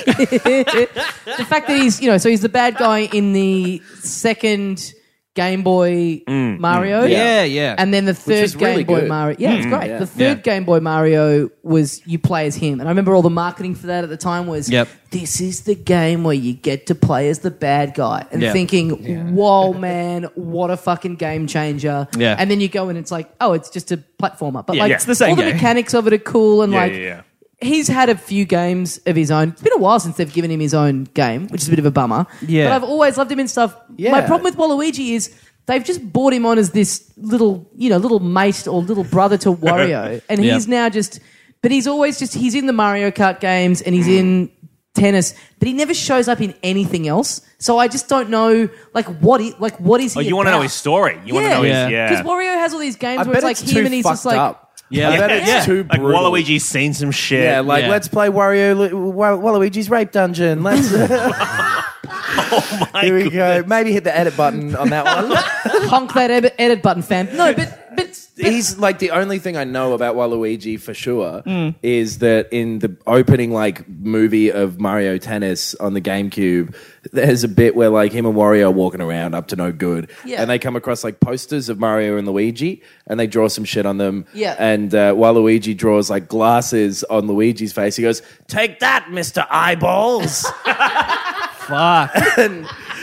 the fact that he's, you know, so he's the bad guy in the second Game Boy Mario. Yeah, yeah. And then the third is Game really Boy good. Mario. Yeah, it's great. yeah. The third Yeah. Game Boy Mario was you play as him. And I remember all the marketing for that at the time was Yep. this is the game where you get to play as the bad guy. And Yeah. thinking, whoa, man, what a fucking game changer. Yeah. And then you go and it's like, oh, it's just a platformer. But Yeah, like yeah. It's the same all the game. mechanics of it are cool and Yeah, like yeah, yeah. he's had a few games of his own. It's been a while since they've given him his own game, which is a bit of a bummer. Yeah. But I've always loved him in stuff. Yeah. My problem with Waluigi is they've just brought him on as this little, you know, little mate or little brother to Wario. and Yeah. he's now just but he's always just he's in the Mario Kart games and he's in tennis, but he never shows up in anything else. So I just don't know like what he, like what is he Oh, you want to know his story? You want to know Yeah. his Yeah. yeah? Because Wario has all these games I where it's bet like it's him too and he's fucked just like up. Yeah. I bet Yeah. it's Yeah. too like brutal. Waluigi's seen some shit. Yeah, like Yeah. let's play Wario Lu- Wa- Waluigi's rape dungeon. Let's oh my here we God. go. Maybe hit the edit button on that one. honk that edit, edit button, fam. No, but but he's like the only thing I know about Waluigi for sure Hmm. is that in the opening like movie of Mario Tennis on the GameCube, there's a bit where like him and Wario are walking around up to no good, Yeah. and they come across like posters of Mario and Luigi, and they draw some shit on them, Yeah. And uh, Waluigi draws like glasses on Luigi's face. He goes, "Take that, Mister Eyeballs." Fuck.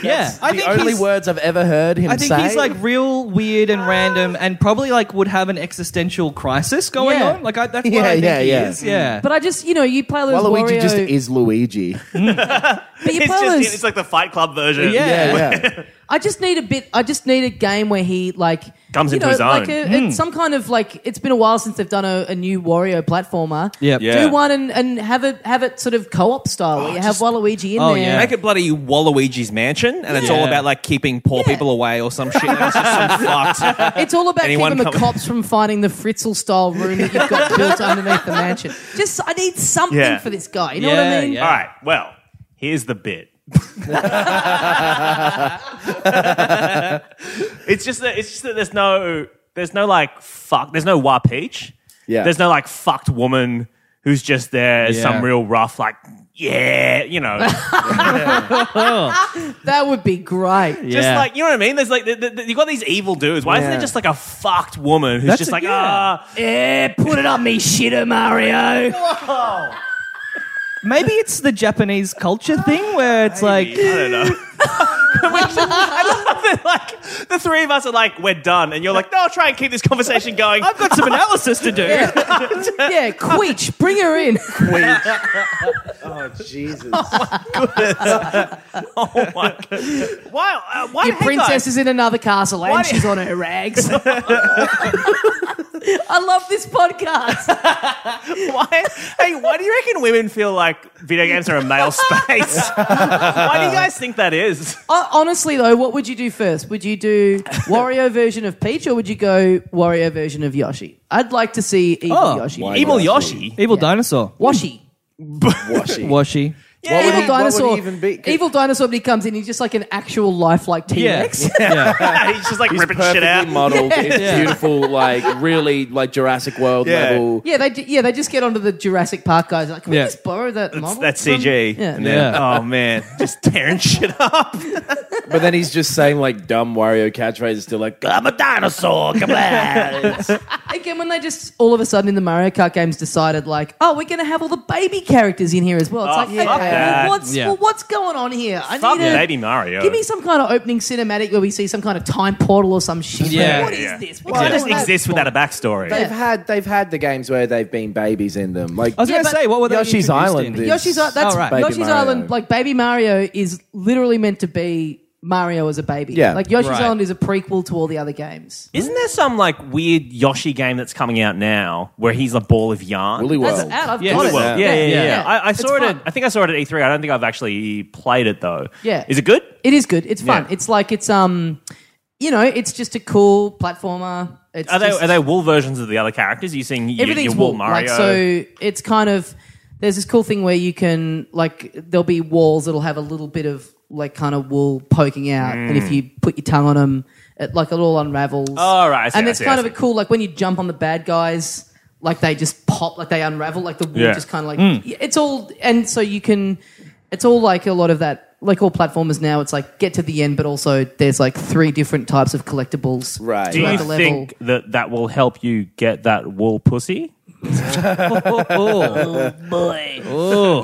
yeah, I the think only he's- words I've ever heard him I think say. he's like real weird and random, and probably like would have an existential crisis going Yeah. on. Like I, that's what Yeah, I think yeah, he yeah. is. Yeah, But I just, you know, you play those Waluigi Wario, just is Luigi. but you It's, play just, those- it's like the Fight Club version. Yeah. yeah. I just need a bit. I just need a game where he like Comes you into know, his like own. Hmm. a- it's some kind of like. It's been a while since they've done a, a new Wario platformer. Yep. Yeah. Do one and, and have it have it sort of co-op style. where you have Waluigi in oh, there. yeah. Make it bloody Waluigi's mansion, and it's all Yeah. about like keeping poor Yeah. people away or some shit. It's just some fucked. It's all about Anyone keeping the coming- cops from finding the Fritzl style room that you've got built underneath the mansion. Just I need something Yeah. for this guy. You know Yeah, what I mean? yeah. All right. Well, here's the bit. it's just that it's just that there's no there's no like fuck there's no wa peach. Yeah. There's no like fucked woman who's just there as Yeah. some real rough like yeah you know That would be great. just Yeah. like you know what I mean. There's like th th th- you got these evil dudes. Why isn't Yeah. there just like a fucked woman who's That's just a- like yeah. ah Yeah, put it on me, shitter Mario. Maybe it's the Japanese culture thing where it's like, I don't know. I love that, like the three of us are like we're done, and you're like no, I'll try and keep this conversation going. I've got some analysis to do. Yeah, Queech, bring her in. oh Jesus! Oh my god! Why? Uh, why Your hang princess is in another castle and Why do- she's on her rags. I love this podcast. on? Why? Hey, why do you reckon women feel like video games are a male space? why do you guys think that is? Uh, honestly, though, what would you do first? Would you do Wario version of Peach or would you go Wario version of Yoshi? I'd like to see Evil Oh. Yoshi. Why- Evil Yoshi. Evil dinosaur. Washi. Washi. Washi. What would Evil he- what would he dinosaur. even be? Evil dinosaur, but he comes in, he's just like an actual lifelike T Rex. yeah. He's just like He's ripping perfectly shit out. modeled. It's beautiful, like really like Jurassic World Yeah. level. Yeah, they yeah they just get onto the Jurassic Park guys. Like, can Yeah. we just borrow that model? That's from-" CG. Yeah. And then, Yeah. Oh man, just tearing shit up. But then he's just saying like dumb Wario catchphrases to like I'm a dinosaur. Come on. Again, when they just all of a sudden in the Mario Kart games decided, like, oh, we're going to have all the baby characters in here as well. It's Oh, like, fuck okay, that. what's Yeah. well, what's going on here? I Fuck need a, Baby Mario. give me some kind of opening cinematic where we see some kind of time portal or some shit. Yeah. Like, what is Yeah. this? Well, it What's just going on? exists without a backstory. they've had they've had the games where they've been babies in them. Like I was Yeah, going to but say, what were they Yoshi's introduced Island in? is- Yoshi's, I- that's, Oh, right. Baby Yoshi's Mario. Island, like Baby Mario is literally meant to be Mario as a baby. Yeah. Like Yoshi's Right. Island is a prequel to all the other games. Isn't there some like weird Yoshi game that's coming out now where he's a ball of yarn? Woolly That's World. out. I've Yeah, got Woolly it. World. Yeah, yeah, yeah. Yeah. yeah. I, I It's saw it. At, fun. I think I saw it at E3. I don't think I've actually played it though. Yeah. Is it good? It is good. It's fun. Yeah. It's like it's um, you know, it's just a cool platformer. It's Are they just, are they wool versions of the other characters? Are you seeing your, your everything's wool wall. Mario? Like so, it's kind of there's this cool thing where you can like there'll be walls that'll have a little bit of like kind of wool poking out, and if you put your tongue on them, it like it all unravels. Mm. Oh, right, I see, and I it's see, kind I of a see. cool like when you jump on the bad guys, like they just pop, like they unravel, like the wool Yeah. Mm. just kind of like it's all, and so you can, it's all like a lot of that. Like all platformers now, it's like get to the end, but also there's like three different types of collectibles. Right. Do throughout you the level. think that that will help you get that wool pussy? Oh, boy.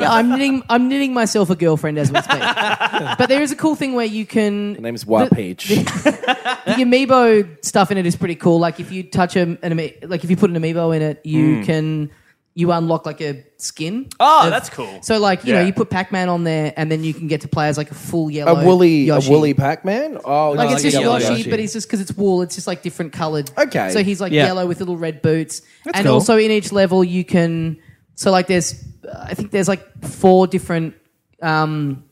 Yeah, I'm knitting. I'm knitting myself a girlfriend as we speak. but there is a cool thing where you can Her name's War Peach. the amiibo stuff in it is pretty cool. Like if you touch a, an ami- like if you put an amiibo in it, you can you unlock like a skin. Oh, that's cool. So like you know Yeah. you put Pac Man on there, and then you can get to play as like a full yellow A woolly Yoshi. a woolly Pac-Man? Oh, Like like it's a just yellow Yoshi, Yoshi. but he's just because it's wool. It's just like different coloured. Okay. So he's like Yeah. yellow with little red boots, and cool. also in each level you can. So like there's, I think there's like four different um,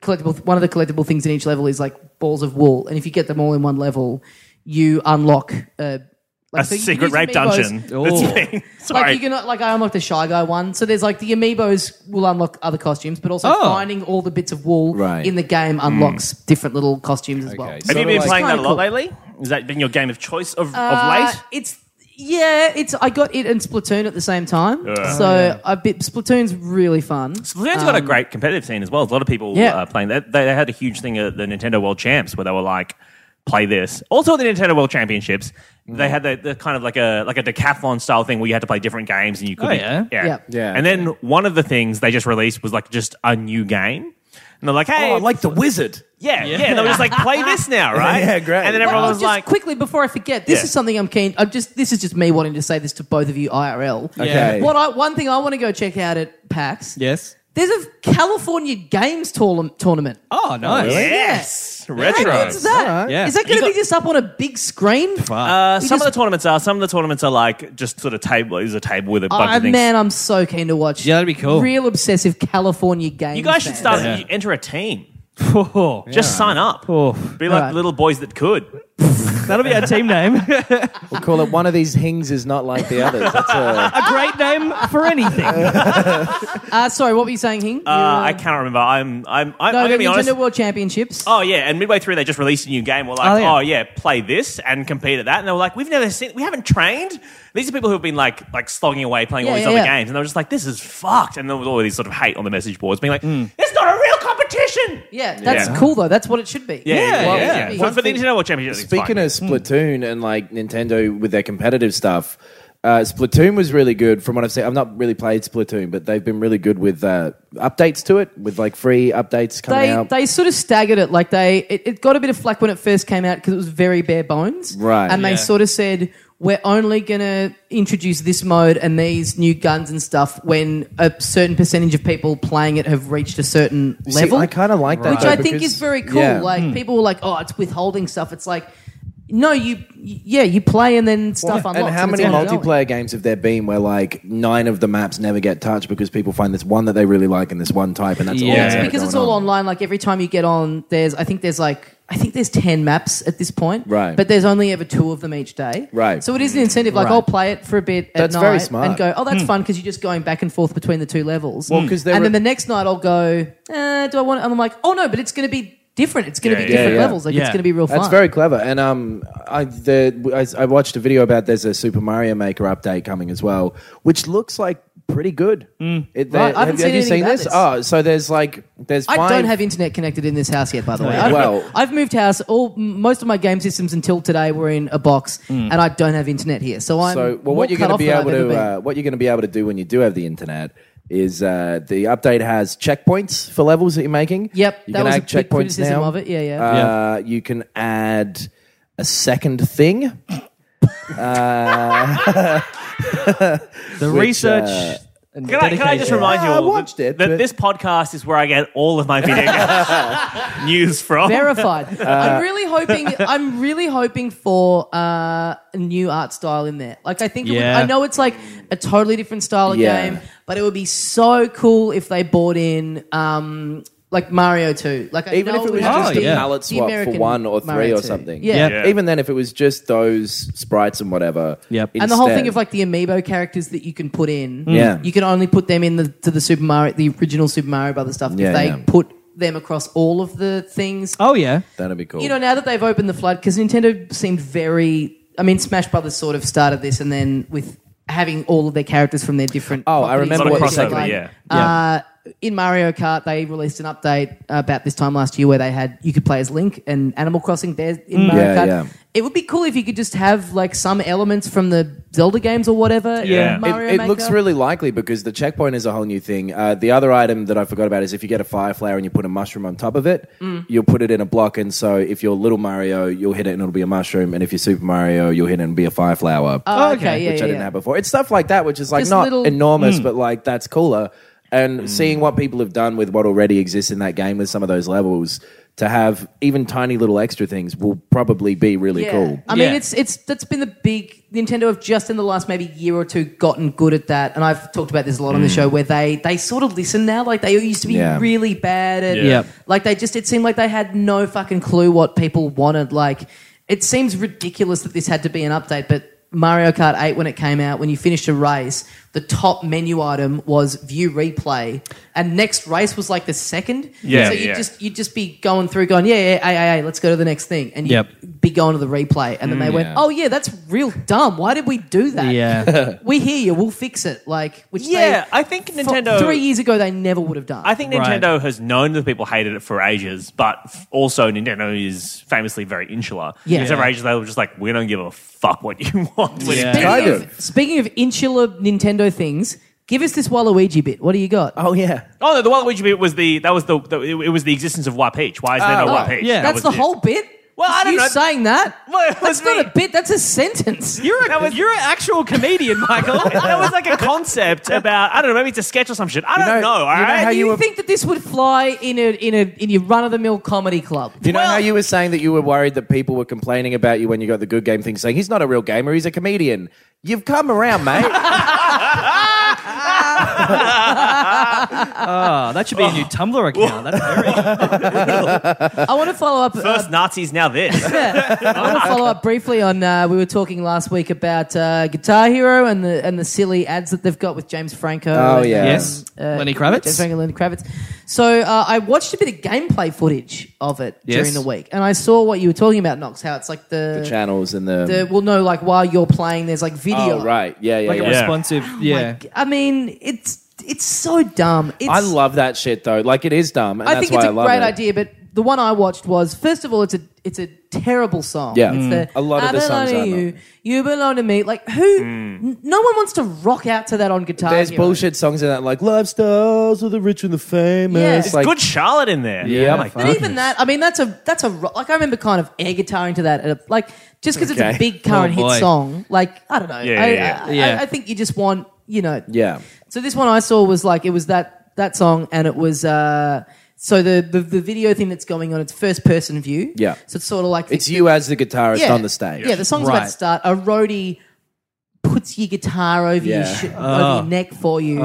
collectible. One of the collectible things in each level is like balls of wool, and if you get them all in one level, you unlock. Uh, like, A so you can secret use rape amiibos- dungeon. Oh. That's me. Sorry. Like you can like I unlocked the shy guy one, so there's like the amiibos will unlock other costumes, but also Oh. finding all the bits of wool Right. in the game unlocks different little costumes as well. Okay, So Have you Sorta been like- playing that a Kinda lot cool. lately? Has that been your game of choice of, Uh, of late? It's yeah, it's I got it and Splatoon at the same time. So Oh, I bit Splatoon's really fun. Splatoon's got a great competitive scene as well. A lot of people Yeah. uh, playing that. They, they had a huge thing at the Nintendo World Champs where they were like, play this. Also at the Nintendo World Championships, they had the, the kind of like a like a decathlon style thing where you had to play different games and you could Oh, yeah? Yeah. Yeah. And then one of the things they just released was like just a new game. And they're like, hey, Oh, like the wizard. yeah, yeah. And they were just like, play this now, right? Yeah, great. And then Well, everyone Well, was just like, quickly before I forget, this Yeah. is something I'm keen. I'm just this is just me wanting to say this to both of you IRL. Okay. What I one thing I want to go check out at PAX. Yes. There's a California Games tourna- tournament. Oh, nice. yes, How retro. good's that? Yeah. Is that going to be just up on a big screen? Uh, some just- of the tournaments are. Some of the tournaments are like just sort of table. There's a table with a bunch Oh, I, of things. Uh, man, I'm so keen to watch. Yeah, that'd be cool. Real obsessive California Games. you guys should fan. start Yeah. you enter a team. Oh, Just sign up. oh. Be like Alright. little boys that could. That'll be our team name. a We'll call it one of these hings is not like the others. That's a, great name for anything. Uh, sorry, what were you saying, Hing? You, Uh, I cannot remember. I'm. I'm. I'm, no, I'm the gonna be Nintendo honest. World Championships. Oh yeah, and midway through they just released a new game. We're like, Oh, oh yeah. yeah. play this and compete at that. And they were like, we've never seen, we haven't trained. These are people who've been like, like slogging away playing all Yeah, these yeah, other yeah. games, and they were just like, this is fucked. And there was all these sort of hate on the message boards, being like, it's not a real competition. Yeah, that's Yeah. cool though. That's what it should be. Yeah, yeah, Well, yeah. yeah. For, for the Nintendo World Championship. it's speaking fine. of Splatoon and like Nintendo with their competitive stuff, uh, Splatoon was really good from what I've seen. I've not really played Splatoon, but they've been really good with uh, updates to it, with like free updates coming They, out. they sort of staggered it. Like they, it, it got a bit of flack when it first came out because it was very bare bones. Right. And they Yeah. sort of said, we're only going to introduce this mode and these new guns and stuff when a certain percentage of people playing it have reached a certain See, level. I kind of like that, which though, I think because- is very cool. Yeah. Like people were like, "Oh, it's withholding stuff." It's like, no, you, yeah, you play and then stuff unlocks. and how it's many ongoing. multiplayer games have there been where like nine of the maps never get touched because people find this one that they really like and this one type, and that's all. Yeah. that's It's ever because it's going all on. online. Like every time you get on, there's I think there's like I think there's ten maps at this point. Right. But there's only ever two of them each day. Right. So it is an incentive. Like Right. I'll play it for a bit at That's night very smart. and go, oh, that's fun because you're just going back and forth between the two levels. Well, 'cause there and were- then the next night I'll go, eh, do I want? It? And I'm like, oh no, but it's going to be different. It's going to Yeah, be yeah, different yeah. levels. Like Yeah. it's going to be real fun. That's very clever. And um, I, the, I I watched a video about there's a Super Mario Maker update coming as well, which looks like pretty good. It, they- Right, Mm. I haven't seen have, have you anything seen about this? this. Oh, so there's like there's. I five, don't have internet connected in this house yet, by the way. I've, Well- I've moved house. All m- most of my game systems until today were in a box, and I don't have internet here. So I'm So well, more what you're cut going to off be than able I've ever to been. uh, what you're going to be able to do when you do have the internet is uh, the update has checkpoints for levels that you're making. Yep, you that can was a add big checkpoints criticism now. of it. Yeah, yeah. Uh, You can add a second thing. The research. uh, and Can I, can I just dedication. remind you Yeah, I all watched that, it, that but- this podcast is where I get all of my video game news from? Verified. uh, I'm really hoping. I'm really hoping for uh, a new art style in there. Like I think. It Yeah. would, I know it's like a totally different style of Yeah. game, but it would be so cool if they brought in. Um, like Mario 2. Like I Even know if it was would have just to a Oh, be yeah. palette the swap for American one or three Mario or 2. something. Yeah. Yeah. Even then, if it was just those sprites and whatever. Yep. and the whole thing instead- Mm. of like the amiibo characters that you can put in, Yeah. you can only put them in the to the Super Mario, the original Super Mario Brothers stuff. Yeah, if they yeah. put them across all of the things, Oh, yeah. that'd be cool. you know, now that they've opened the flood, because Nintendo seemed very. I mean, Smash Brothers sort of started this, and then with having all of their characters from their different. Oh, I properties remember and what things like crossover, that. yeah. Uh, in Mario Kart, they released an update about this time last year where they had you could play as Link and Animal Crossing there in Mario Mm. Yeah, Kart. yeah. It would be cool if you could just have like some elements from the Zelda games or whatever. in Yeah. It- Mario it, it Maker. looks really likely because the checkpoint is a whole new thing. Uh, the other item that I forgot about is if you get a fire flower and you put a mushroom on top of it, Mm. you'll put it in a block. And so if you're little Mario, you'll hit it and it'll be a mushroom. And if you're Super Mario, you'll hit it and be a fire flower, Oh, Okay, okay, yeah, which yeah, I didn't yeah. have before. It's stuff like that, which is like Just not little- enormous, but like that's cooler. And seeing what people have done with what already exists in that game with some of those levels to have even tiny little extra things will probably be really Yeah. cool. I mean, Yeah. it's it's that's been the big Nintendo have just in the last maybe year or two gotten good at that, and I've talked about this a lot on Mm. the show where they they sort of listen now. Like they used to be Yeah. really bad at, Yeah. Yep. like they just it seemed like they had no fucking clue what people wanted. Like it seems ridiculous that this had to be an update, but. Mario Kart 8 when it came out, when you finished a race, the top menu item was view replay, and next race was like the second. Yeah, so you yeah. just you'd just be going through, going, yeah, yeah, hey, hey, hey, let's go to the next thing, and you'd Yep. be going to the replay, and then Mm, they went, oh yeah, that's real dumb. Why did we do that? Yeah. we hear you. We'll fix it. Like, which Yeah, they- I think for- Nintendo. three years ago they never would have done. I think Right. Nintendo has known that people hated it for ages, but f- also Nintendo is famously very insular. Yeah. And so for ages they were just like, we don't give a fuck what you want. when it Yeah. comes." Speaking Kind of, speaking of insular Nintendo things, give us this Waluigi bit. What do you got? Oh yeah. Oh no, the Waluigi bit was the that was the, the it, it was the existence of Wapeach. Why is there no Oh, Wapeach? yeah. That that's was the it. whole bit. Well, Just I don't you know. saying that. Well, it was that's not me. a bit. That's a sentence. You're a, You're an actual comedian, Michael. that was like a concept about I don't know maybe it's a sketch or some shit. I don't know. know- All you know right. how Do you you were- think that this would fly in a in a in your run of the mill comedy club? You know how you were saying that you were worried that people were complaining about you when you got the good game thing, saying he's not a real gamer, he's a comedian. You've come around, mate. Oh, that should be a new Tumblr account. That's very. I want to follow up. uh, First Nazis, now this. I want to follow up briefly on. Uh, we were talking last week about uh, Guitar Hero and the and the silly ads that they've got with James Franco. Oh, and, yeah. um, Yes. Lenny Kravitz. James Franco, Lenny Kravitz. So uh, I watched a bit of gameplay footage of it during Yes. the week, and I saw what you were talking about, Knox. How it's like the, the channels and the, the- well, no, like while you're playing, there's like video. oh right, yeah, yeah, Like a yeah. responsive. Yeah. Like, I mean, it's it's so dumb. It's, I love that shit though. Like it is dumb, and I that's think it's why a I love great it. idea, but the one I watched was first of all, it's a it's a terrible song. Yeah. it's Mm. A lot of I the belong songs to are you, you belong to me. Like who? Mm. n- No one wants to rock out to that on guitar. There's Hero. bullshit songs in that, like "Lifestyles of the Rich and the Famous." Yeah. It's It's like, Good Charlotte in there. Yeah, Oh my fuck. But even that, I mean, that's a that's a ro- like I remember kind of air guitaring to that, at a, like just because it's Okay. a big current Oh, boy. hit song. Like I don't know. Yeah, I, yeah, I, yeah. I, I think you just want you know yeah, So this one I saw was like it was that that song, and it was uh, so the, the the video thing that's going on. It's first person view. Yeah. So it's sort of like it's you as the guitarist yeah, on the stage. Yeah, the song's about Right. to start. A roadie puts your guitar over your Yeah. sh- Ah. over your neck for you,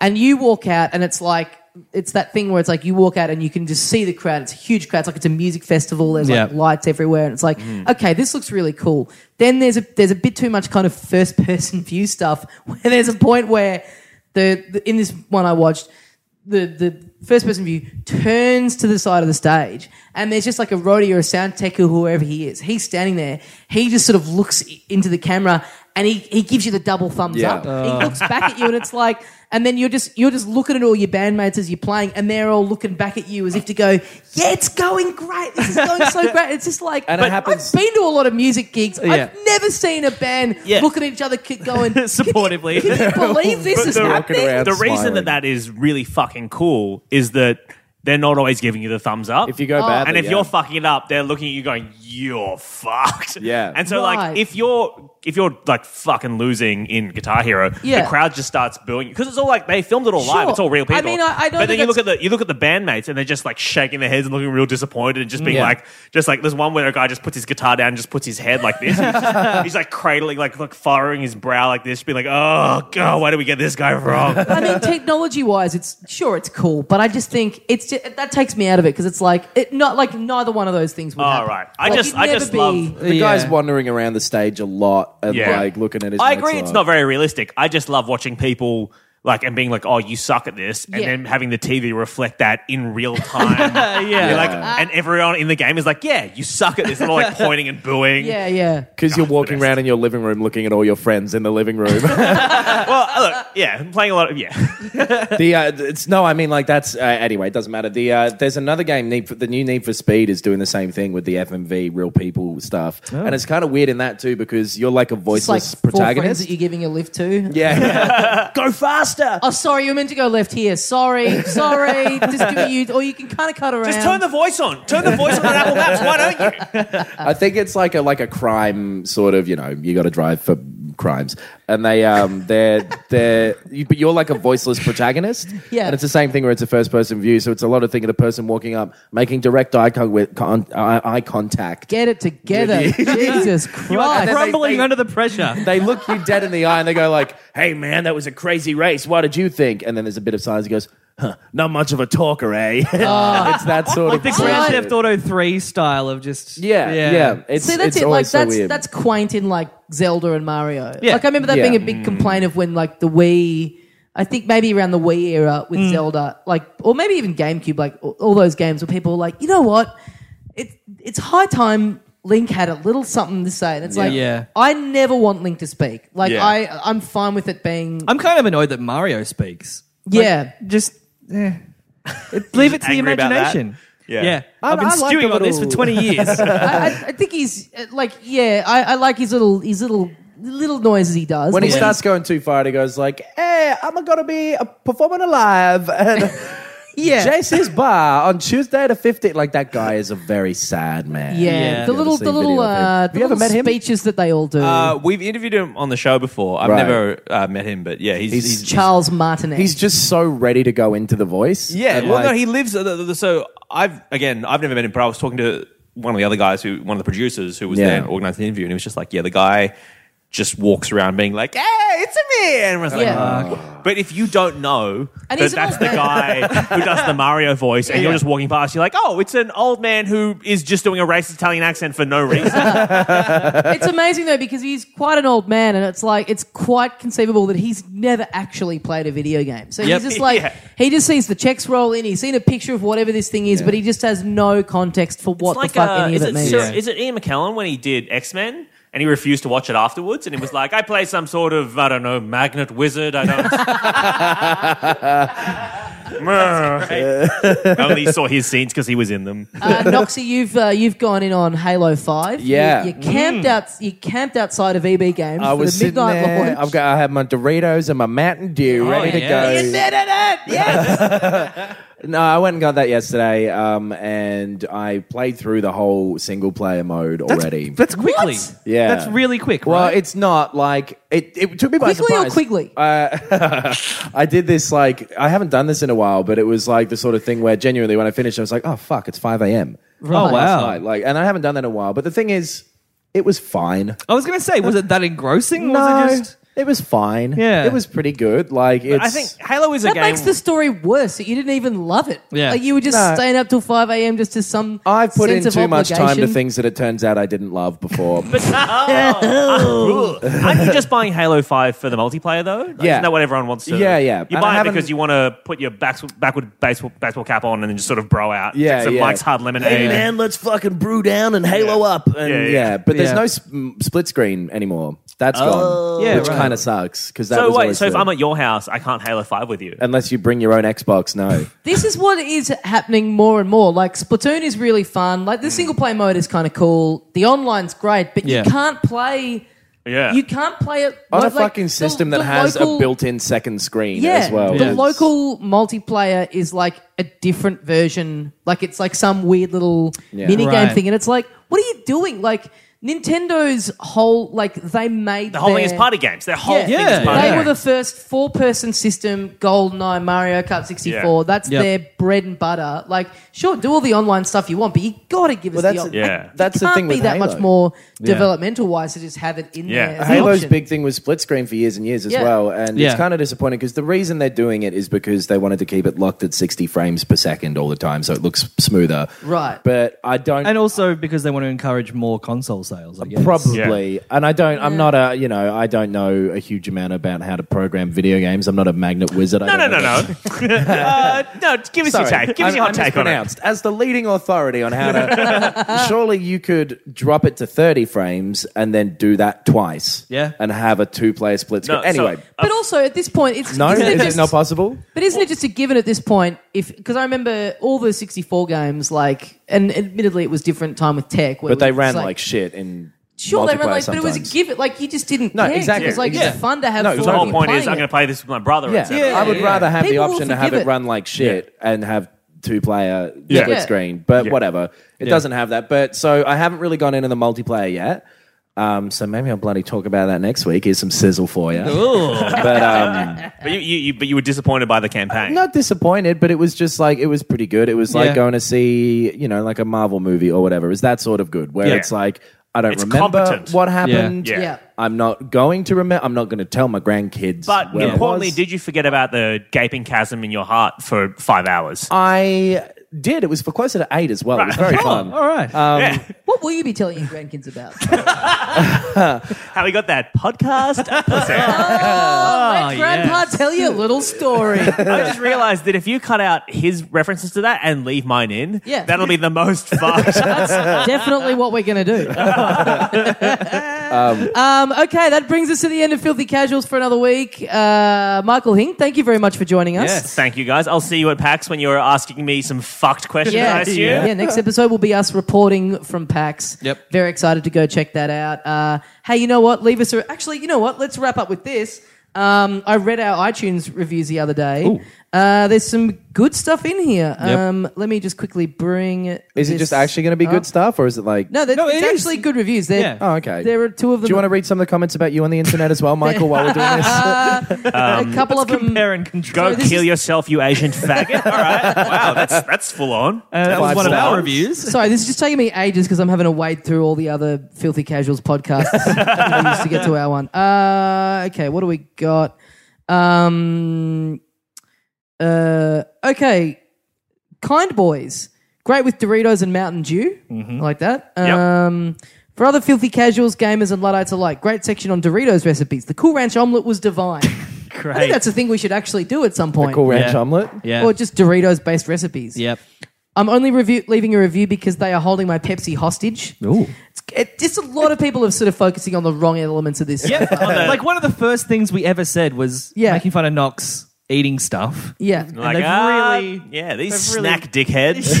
and you walk out, and it's like. It's that thing where it's like you walk out and you can just see the crowd. It's a huge crowd. It's like it's a music festival. There's like Yeah. lights everywhere, and it's like, Mm-hmm. okay, this looks really cool. Then there's a there's a bit too much kind of first person view stuff. Where there's a point where the, the in this one I watched, the the first person view turns to the side of the stage, and there's just like a roadie or a sound tech or whoever he is. He's standing there. He just sort of looks i- into the camera, and he, he gives you the double thumbs Yeah. up. He looks back at you, and it's like, and then you're just you're just looking at all your bandmates as you're playing, and they're all looking back at you as if to go, yeah, it's going great. This is going so great. It's just like, And it but happens- I've been to a lot of music gigs. Yeah. I've never seen a band Yeah. look at each other, ki- going, Supportively. Can you believe this But is the- happening? around. the reason smiling. that that is really fucking cool is that they're not always giving you the thumbs up. If you Oh. go badly, and if yeah. you're fucking it up, they're looking at you going, "You're fucked." Yeah. And so, Right. like, if you're if you're like fucking losing in Guitar Hero, Yeah. the crowd just starts booing because it's all like they filmed it all Sure. live. It's all real I people. mean, I- I don't but then think you look at that's- the you look at the bandmates and they're just like shaking their heads and looking real disappointed and just being Yeah. like, just like there's one where a guy just puts his guitar down and just puts his head like this. he's, just- he's, like cradling, like like furrowing his brow like this, being like, "Oh God, why did we get this guy wrong?" I mean, technology wise, it's sure it's cool, but I just think it's ju- that takes me out of it because it's like it, not like neither one of those things would. Oh, happen. right. I Like, just- you'd I never just love- The guy's Yeah. wandering around the stage a lot and Yeah. like looking at his. I mates agree, a it's lot. not very realistic. I just love watching people like and being like, "Oh, you suck at this," and Yeah. then having the TV reflect that in real time. Yeah. You're like, and everyone in the game is like, "Yeah, you suck at this," and they're like pointing and booing. Yeah, yeah. because you're walking around in your living room looking at all your friends in the living room. Well, uh, look, yeah, I'm playing a lot of yeah. the uh, it's no, I mean like that's uh, anyway. It doesn't matter. The uh, there's another game. Need for, the new Need for Speed is doing the same thing with the FMV real people stuff, and it's kind of weird in that too because you're like a It's like voiceless four friends protagonist. that you're giving a lift to. yeah, go faster. Oh, sorry, you were meant to go left here. Sorry, sorry. just give you, or you can kind of cut around. Just turn the voice on. Turn the voice on on Apple Maps. Why don't you? I think it's like a like a crime sort of. You know, you got to drive for crimes, and they um they're they're you, but you're like a voiceless protagonist. Yeah. and it's the same thing where it's a first person view, so it's a lot of thing of the person walking up, making direct eye con- with con- eye, eye contact. Get it together, Jesus Christ! Crumbling under the pressure. they look you dead in the eye and they go like, "Hey man, that was a crazy race. What did you think?" And then there's a bit of silence. He goes, huh, not much of a talker, eh? Ah. it's that sort of The bullshit. Grand Theft Auto 3 style of just. Yeah, yeah. It's, See, that's it's it. Like always so that's weird. that's quaint in like Zelda and Mario. Yeah. Like I remember that Yeah. Mm. being a big complaint of when like the Wii. I think maybe around the Wii era Mm. with Zelda, like, or maybe even GameCube, like all all those games where people were like, you know what, it, it's high time Link had a little something to say, and it's like, Yeah. I never want Link to speak. Like, Yeah. I, I'm fine with it being, I'm kind of annoyed that Mario speaks. yeah, Just. Eh. It- leave it to the angry about that? imagination. Yeah. I, have been I like the stewing on this for little- 20 years. I, I- I think he's uh, like, yeah, I, I like his little, his little, little noises he does. when he Like, starts going too far, he goes like, "Hey, I'm gonna be uh, performing alive at yeah, JC's bar on Tuesday the 15th." Like that guy is a very sad man. Yeah, Yeah. the You little, the ever seen little, video of him? uh, Have the you ever little met him? speeches that they all do. Uh, we've interviewed him on the show before. I've Right. never uh, met him, but yeah, he's. He's- he's- Charles Martinet. He's just so ready to go into the voice. yeah, And, well, no, like, he lives. uh, the- the- So I've, again, I've never met him, but I was talking to one of the other guys, who one of the producers who was Yeah. there and organized the interview, and he was just like, yeah, the guy just walks around being like, hey, it's a me. And everyone's like, Yeah. But if you don't know And that he's an that's old man. the guy who does the Mario voice, and you're just walking past, you're like, oh, it's an old man who is just doing a racist Italian accent for no reason. it's amazing though because he's quite an old man, and it's like it's quite conceivable that he's never actually played a video game. So Yep. he's just like Yeah. he just sees the checks roll in. He's seen a picture of whatever this thing is, but he just has no context for what the fuck uh, any of is, it it means. Sir- is it Ian McKellen when he did X Men? And he refused to watch it afterwards, and he was like, "I play some sort of I don't know magnet wizard. I don't." Meh. I only saw his scenes because he was in them. Uh, Noxy, you've uh, you've gone in on Halo Five. Yeah. you, you camped out. You camped outside of EB Games I for was the sitting midnight there. launch. I've got. I had my Doritos and my Mountain Dew ready to Oh, yeah. go. You No, I went and got that yesterday, um, and I played through the whole single player mode already. That's quickly. Yeah. That's really quick, well, right? it's not like it. It took me by Quickly or surprise. quickly? I did this like I haven't done this in a while, but it was like the sort of thing where genuinely when I finished, I was like, oh fuck, it's five a.m. oh, last wow. night. Like, and I haven't done that in a while. But the thing is, it was fine. I was going to say, was it that engrossing? or no, Was it just. it was fine. Yeah. it was pretty good. Like, it's, I think Halo is a That game. makes the story worse. that You didn't even love it. Yeah. Like you were just No. staying up till five a.m. just to some. I've put in sense of too much time to obligation. things that it turns out I didn't love before. but oh, aren't you just buying Halo Five for the multiplayer though? Like, Yeah. isn't that what everyone wants to? Yeah, yeah. And You I buy it haven't- because you want to put your backs, backward baseball, baseball cap on and then just sort of bro out. Yeah, Drink some yeah. Mike's Hard Lemonade. Hey man, let's fucking brew down and halo up. And Yeah, yeah, yeah. but there's Yeah. no sp- split screen anymore. That's gone, Yeah, which right. kind of sucks because that Oh, So was wait, always so if the- I'm at your house, I can't Halo Five with you. unless you bring your own Xbox. No, This is what is happening more and more. Like Splatoon is really fun. Like the single player mode is kind of cool. The online's great, but Yeah. you can't play. Yeah. You can't play it on like- a like, fucking the- system the that has local- a built-in second screen Yeah, as well. the Yeah. local multiplayer is like a different version. Like it's like some weird little Yeah. mini minigame Right. thing, and it's like, what are you doing? Like Nintendo's whole like they made The whole thing is their- party games. Their whole thing Yeah. is party Oh, they games. were the first four-person system, GoldenEye, Mario Kart 64. Yeah. That's Yep. their bread and butter. Like, sure, do all the online stuff you want, but you got to give us Well, the that's op- the- Yeah. that's the can't thing be with that Halo. much more developmental-wise to just have it in Yeah. there. as an Halo's option. big thing was split screen for years and years as Yeah. well, and Yeah. it's kind of disappointing because the reason they're doing it is because they wanted to keep it locked at 60 frames per second all the time, so it looks smoother. Right. But I don't. And also because they want to encourage more console sales, I guess. Probably, and I don't. I'm not a you know I don't know a huge amount about how to program video games. I'm not a magnet wizard. I No, no, don't no, know no. uh, no, give us your Sorry. take. Give us I- your I hot take on it. mispronounced. As the leading authority on how to, surely you could drop it to 30 frames and then do that twice. Yeah. And have a two player split screen. No, anyway, so- But also, at this point, it's no, isn't it is just- it not possible? But isn't it just a given at this point? If because I remember all the 64 games, like, and admittedly it was different time with tech. Where But they it was ran like, shit in. sure they ran multiplayer like, but it was a sometimes. given. Like you just didn't. No, care 'cause exactly. It was like Yeah. it's fun to have. No, fun it was The if whole you're point is, playing I'm it. going to play this with my brother. Yeah. etc. I would rather have People the will option to have forgive it it. run like shit and have two player Yeah. split Yeah. screen, but Yeah. whatever. It doesn't have that. But so I haven't really gone into the multiplayer yet. Um, so maybe I'll bloody talk about that next week. Here's some sizzle for you. But um, But you, you, you, but you were disappointed by the campaign. not disappointed, but it was just like it was pretty good. It was like Yeah. going to see, you know, like a Marvel movie or whatever. It was that sort of good where Yeah. it's like I don't It's remember competent. what happened. Yeah. Yeah. I'm not going to remember. I'm not going to tell my grandkids. But where I importantly, was. did you forget about the gaping chasm in your heart for five hours? Uh, I did. It was for closer to eight as well. It was very fun. All right. Oh, yeah. What will you be telling your grandkids about? How we got that podcast? episode. Let Grandpa tell you a little story. I just realized that if you cut out his references to that and leave mine in, Yeah. that'll be the most fun. That's definitely what we're going to do. um, okay, that brings us to the end of Filthy Casuals for another week. Uh, Michael Hing, thank you very much for joining us. Yes. Thank you guys. I'll see you at PAX when you're asking me some fucked questions, I Yeah. assume. yeah, Next episode will be us reporting from PAX. Yep. Very excited to go check that out. Uh, hey, you know what? Leave us. A- Actually, you know what? Let's wrap up with this. Um, I read our iTunes reviews the other day. Uh, there's some good stuff in here. Um, let me just quickly bring. Is it just actually going to be good stuff, or is it like? No, that's, No, it's it is. actually good reviews. There, Yeah. Oh, okay. There are two of them. Do you want to read some of the comments about you on the internet as well, Michael? while we're doing this, a couple of them? Compare and control. Go this kill is- yourself, you Asian faggot. All right. Wow, that's that's full on. Uh, that was Five one of our stars. reviews. Sorry, this is just taking me ages because I'm having to wade through all the other filthy casuals podcasts I used to get to our one. Uh, okay, what do we got? Um, uh, okay, kind boys, great with Doritos and Mountain Dew, Mm-hmm. I like that. Yep. Um, for other filthy casuals, gamers, and luddites alike, great section on Doritos recipes. The Cool Ranch omelet was divine. I think Great. that's a thing we should actually do at some point, cool ranch Yeah. omelet. yeah. or just Doritos based recipes. yep. I'm only review- leaving a review because they are holding my Pepsi hostage. Ooh. It's, it, just a lot of people are sort of focusing on the wrong elements of this. Yep. like one of the first things we ever said was Yeah. making fun of Knox eating stuff. Yeah. like, they've ah, really- yeah, these they've really- snack dickheads.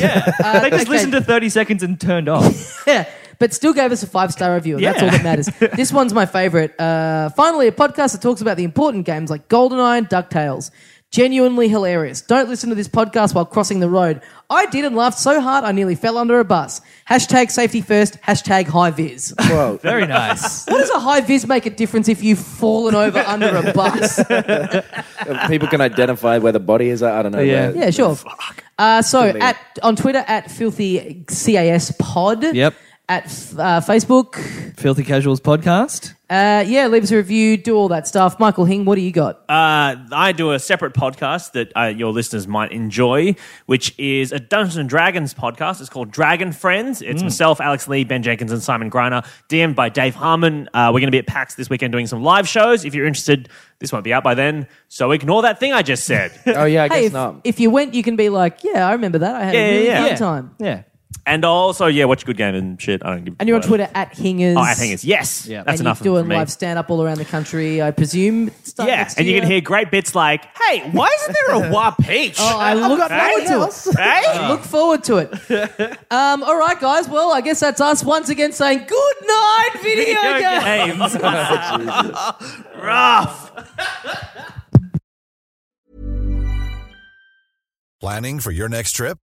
Yeah. Uh, they just okay. listened to 30 seconds and turned off. Yeah. But still gave us a five star review, and that's Yeah. all that matters. this one's my favorite. Uh, finally, a podcast that talks about the important games like GoldenEye and DuckTales. Genuinely hilarious. Don't listen to this podcast while crossing the road. I did and laughed so hard I nearly fell under a bus. Hashtag safety first, hashtag high viz. Whoa. Very nice. what does a high viz make a difference if you've fallen over under a bus? People can identify where the body is. I don't know. Yeah. where- Yeah, sure. Uh, so Delete. at on Twitter at filthy cas pod. Yep. At uh, Facebook, Filthy Casuals podcast. uh, yeah, leave us a review, do all that stuff. Michael Hing, what do you got? Uh, I do a separate podcast that uh, your listeners might enjoy, which is a Dungeons and Dragons podcast. It's called Dragon Friends. It's Hmm. myself, Alex Lee, Ben Jenkins, and Simon Griner, DM'd by Dave Harmon. Uh, we're going to be at PAX this weekend doing some live shows. If you're interested, this won't be out by then. So ignore that thing I just said. Oh yeah, I guess hey, if, not. if you went, you can be like, yeah, I remember that. I had Yeah, a really yeah, fun yeah. time. Yeah. and also, yeah, watch Good Game and shit. I don't give a And you're on fuck. Twitter at Hingers. Oh, I think it's yes. Yeah. That's and enough. you're doing for me. live stand up all around the country, I presume. Start Yeah, next and you year. can hear great bits like, "Hey, why isn't there a wah peach?" Oh, I look forward to it. Hey? Look forward to it. um, all right, guys. Well, I guess that's us once again saying good night, video, Video game. games. Rough. Planning for your next trip?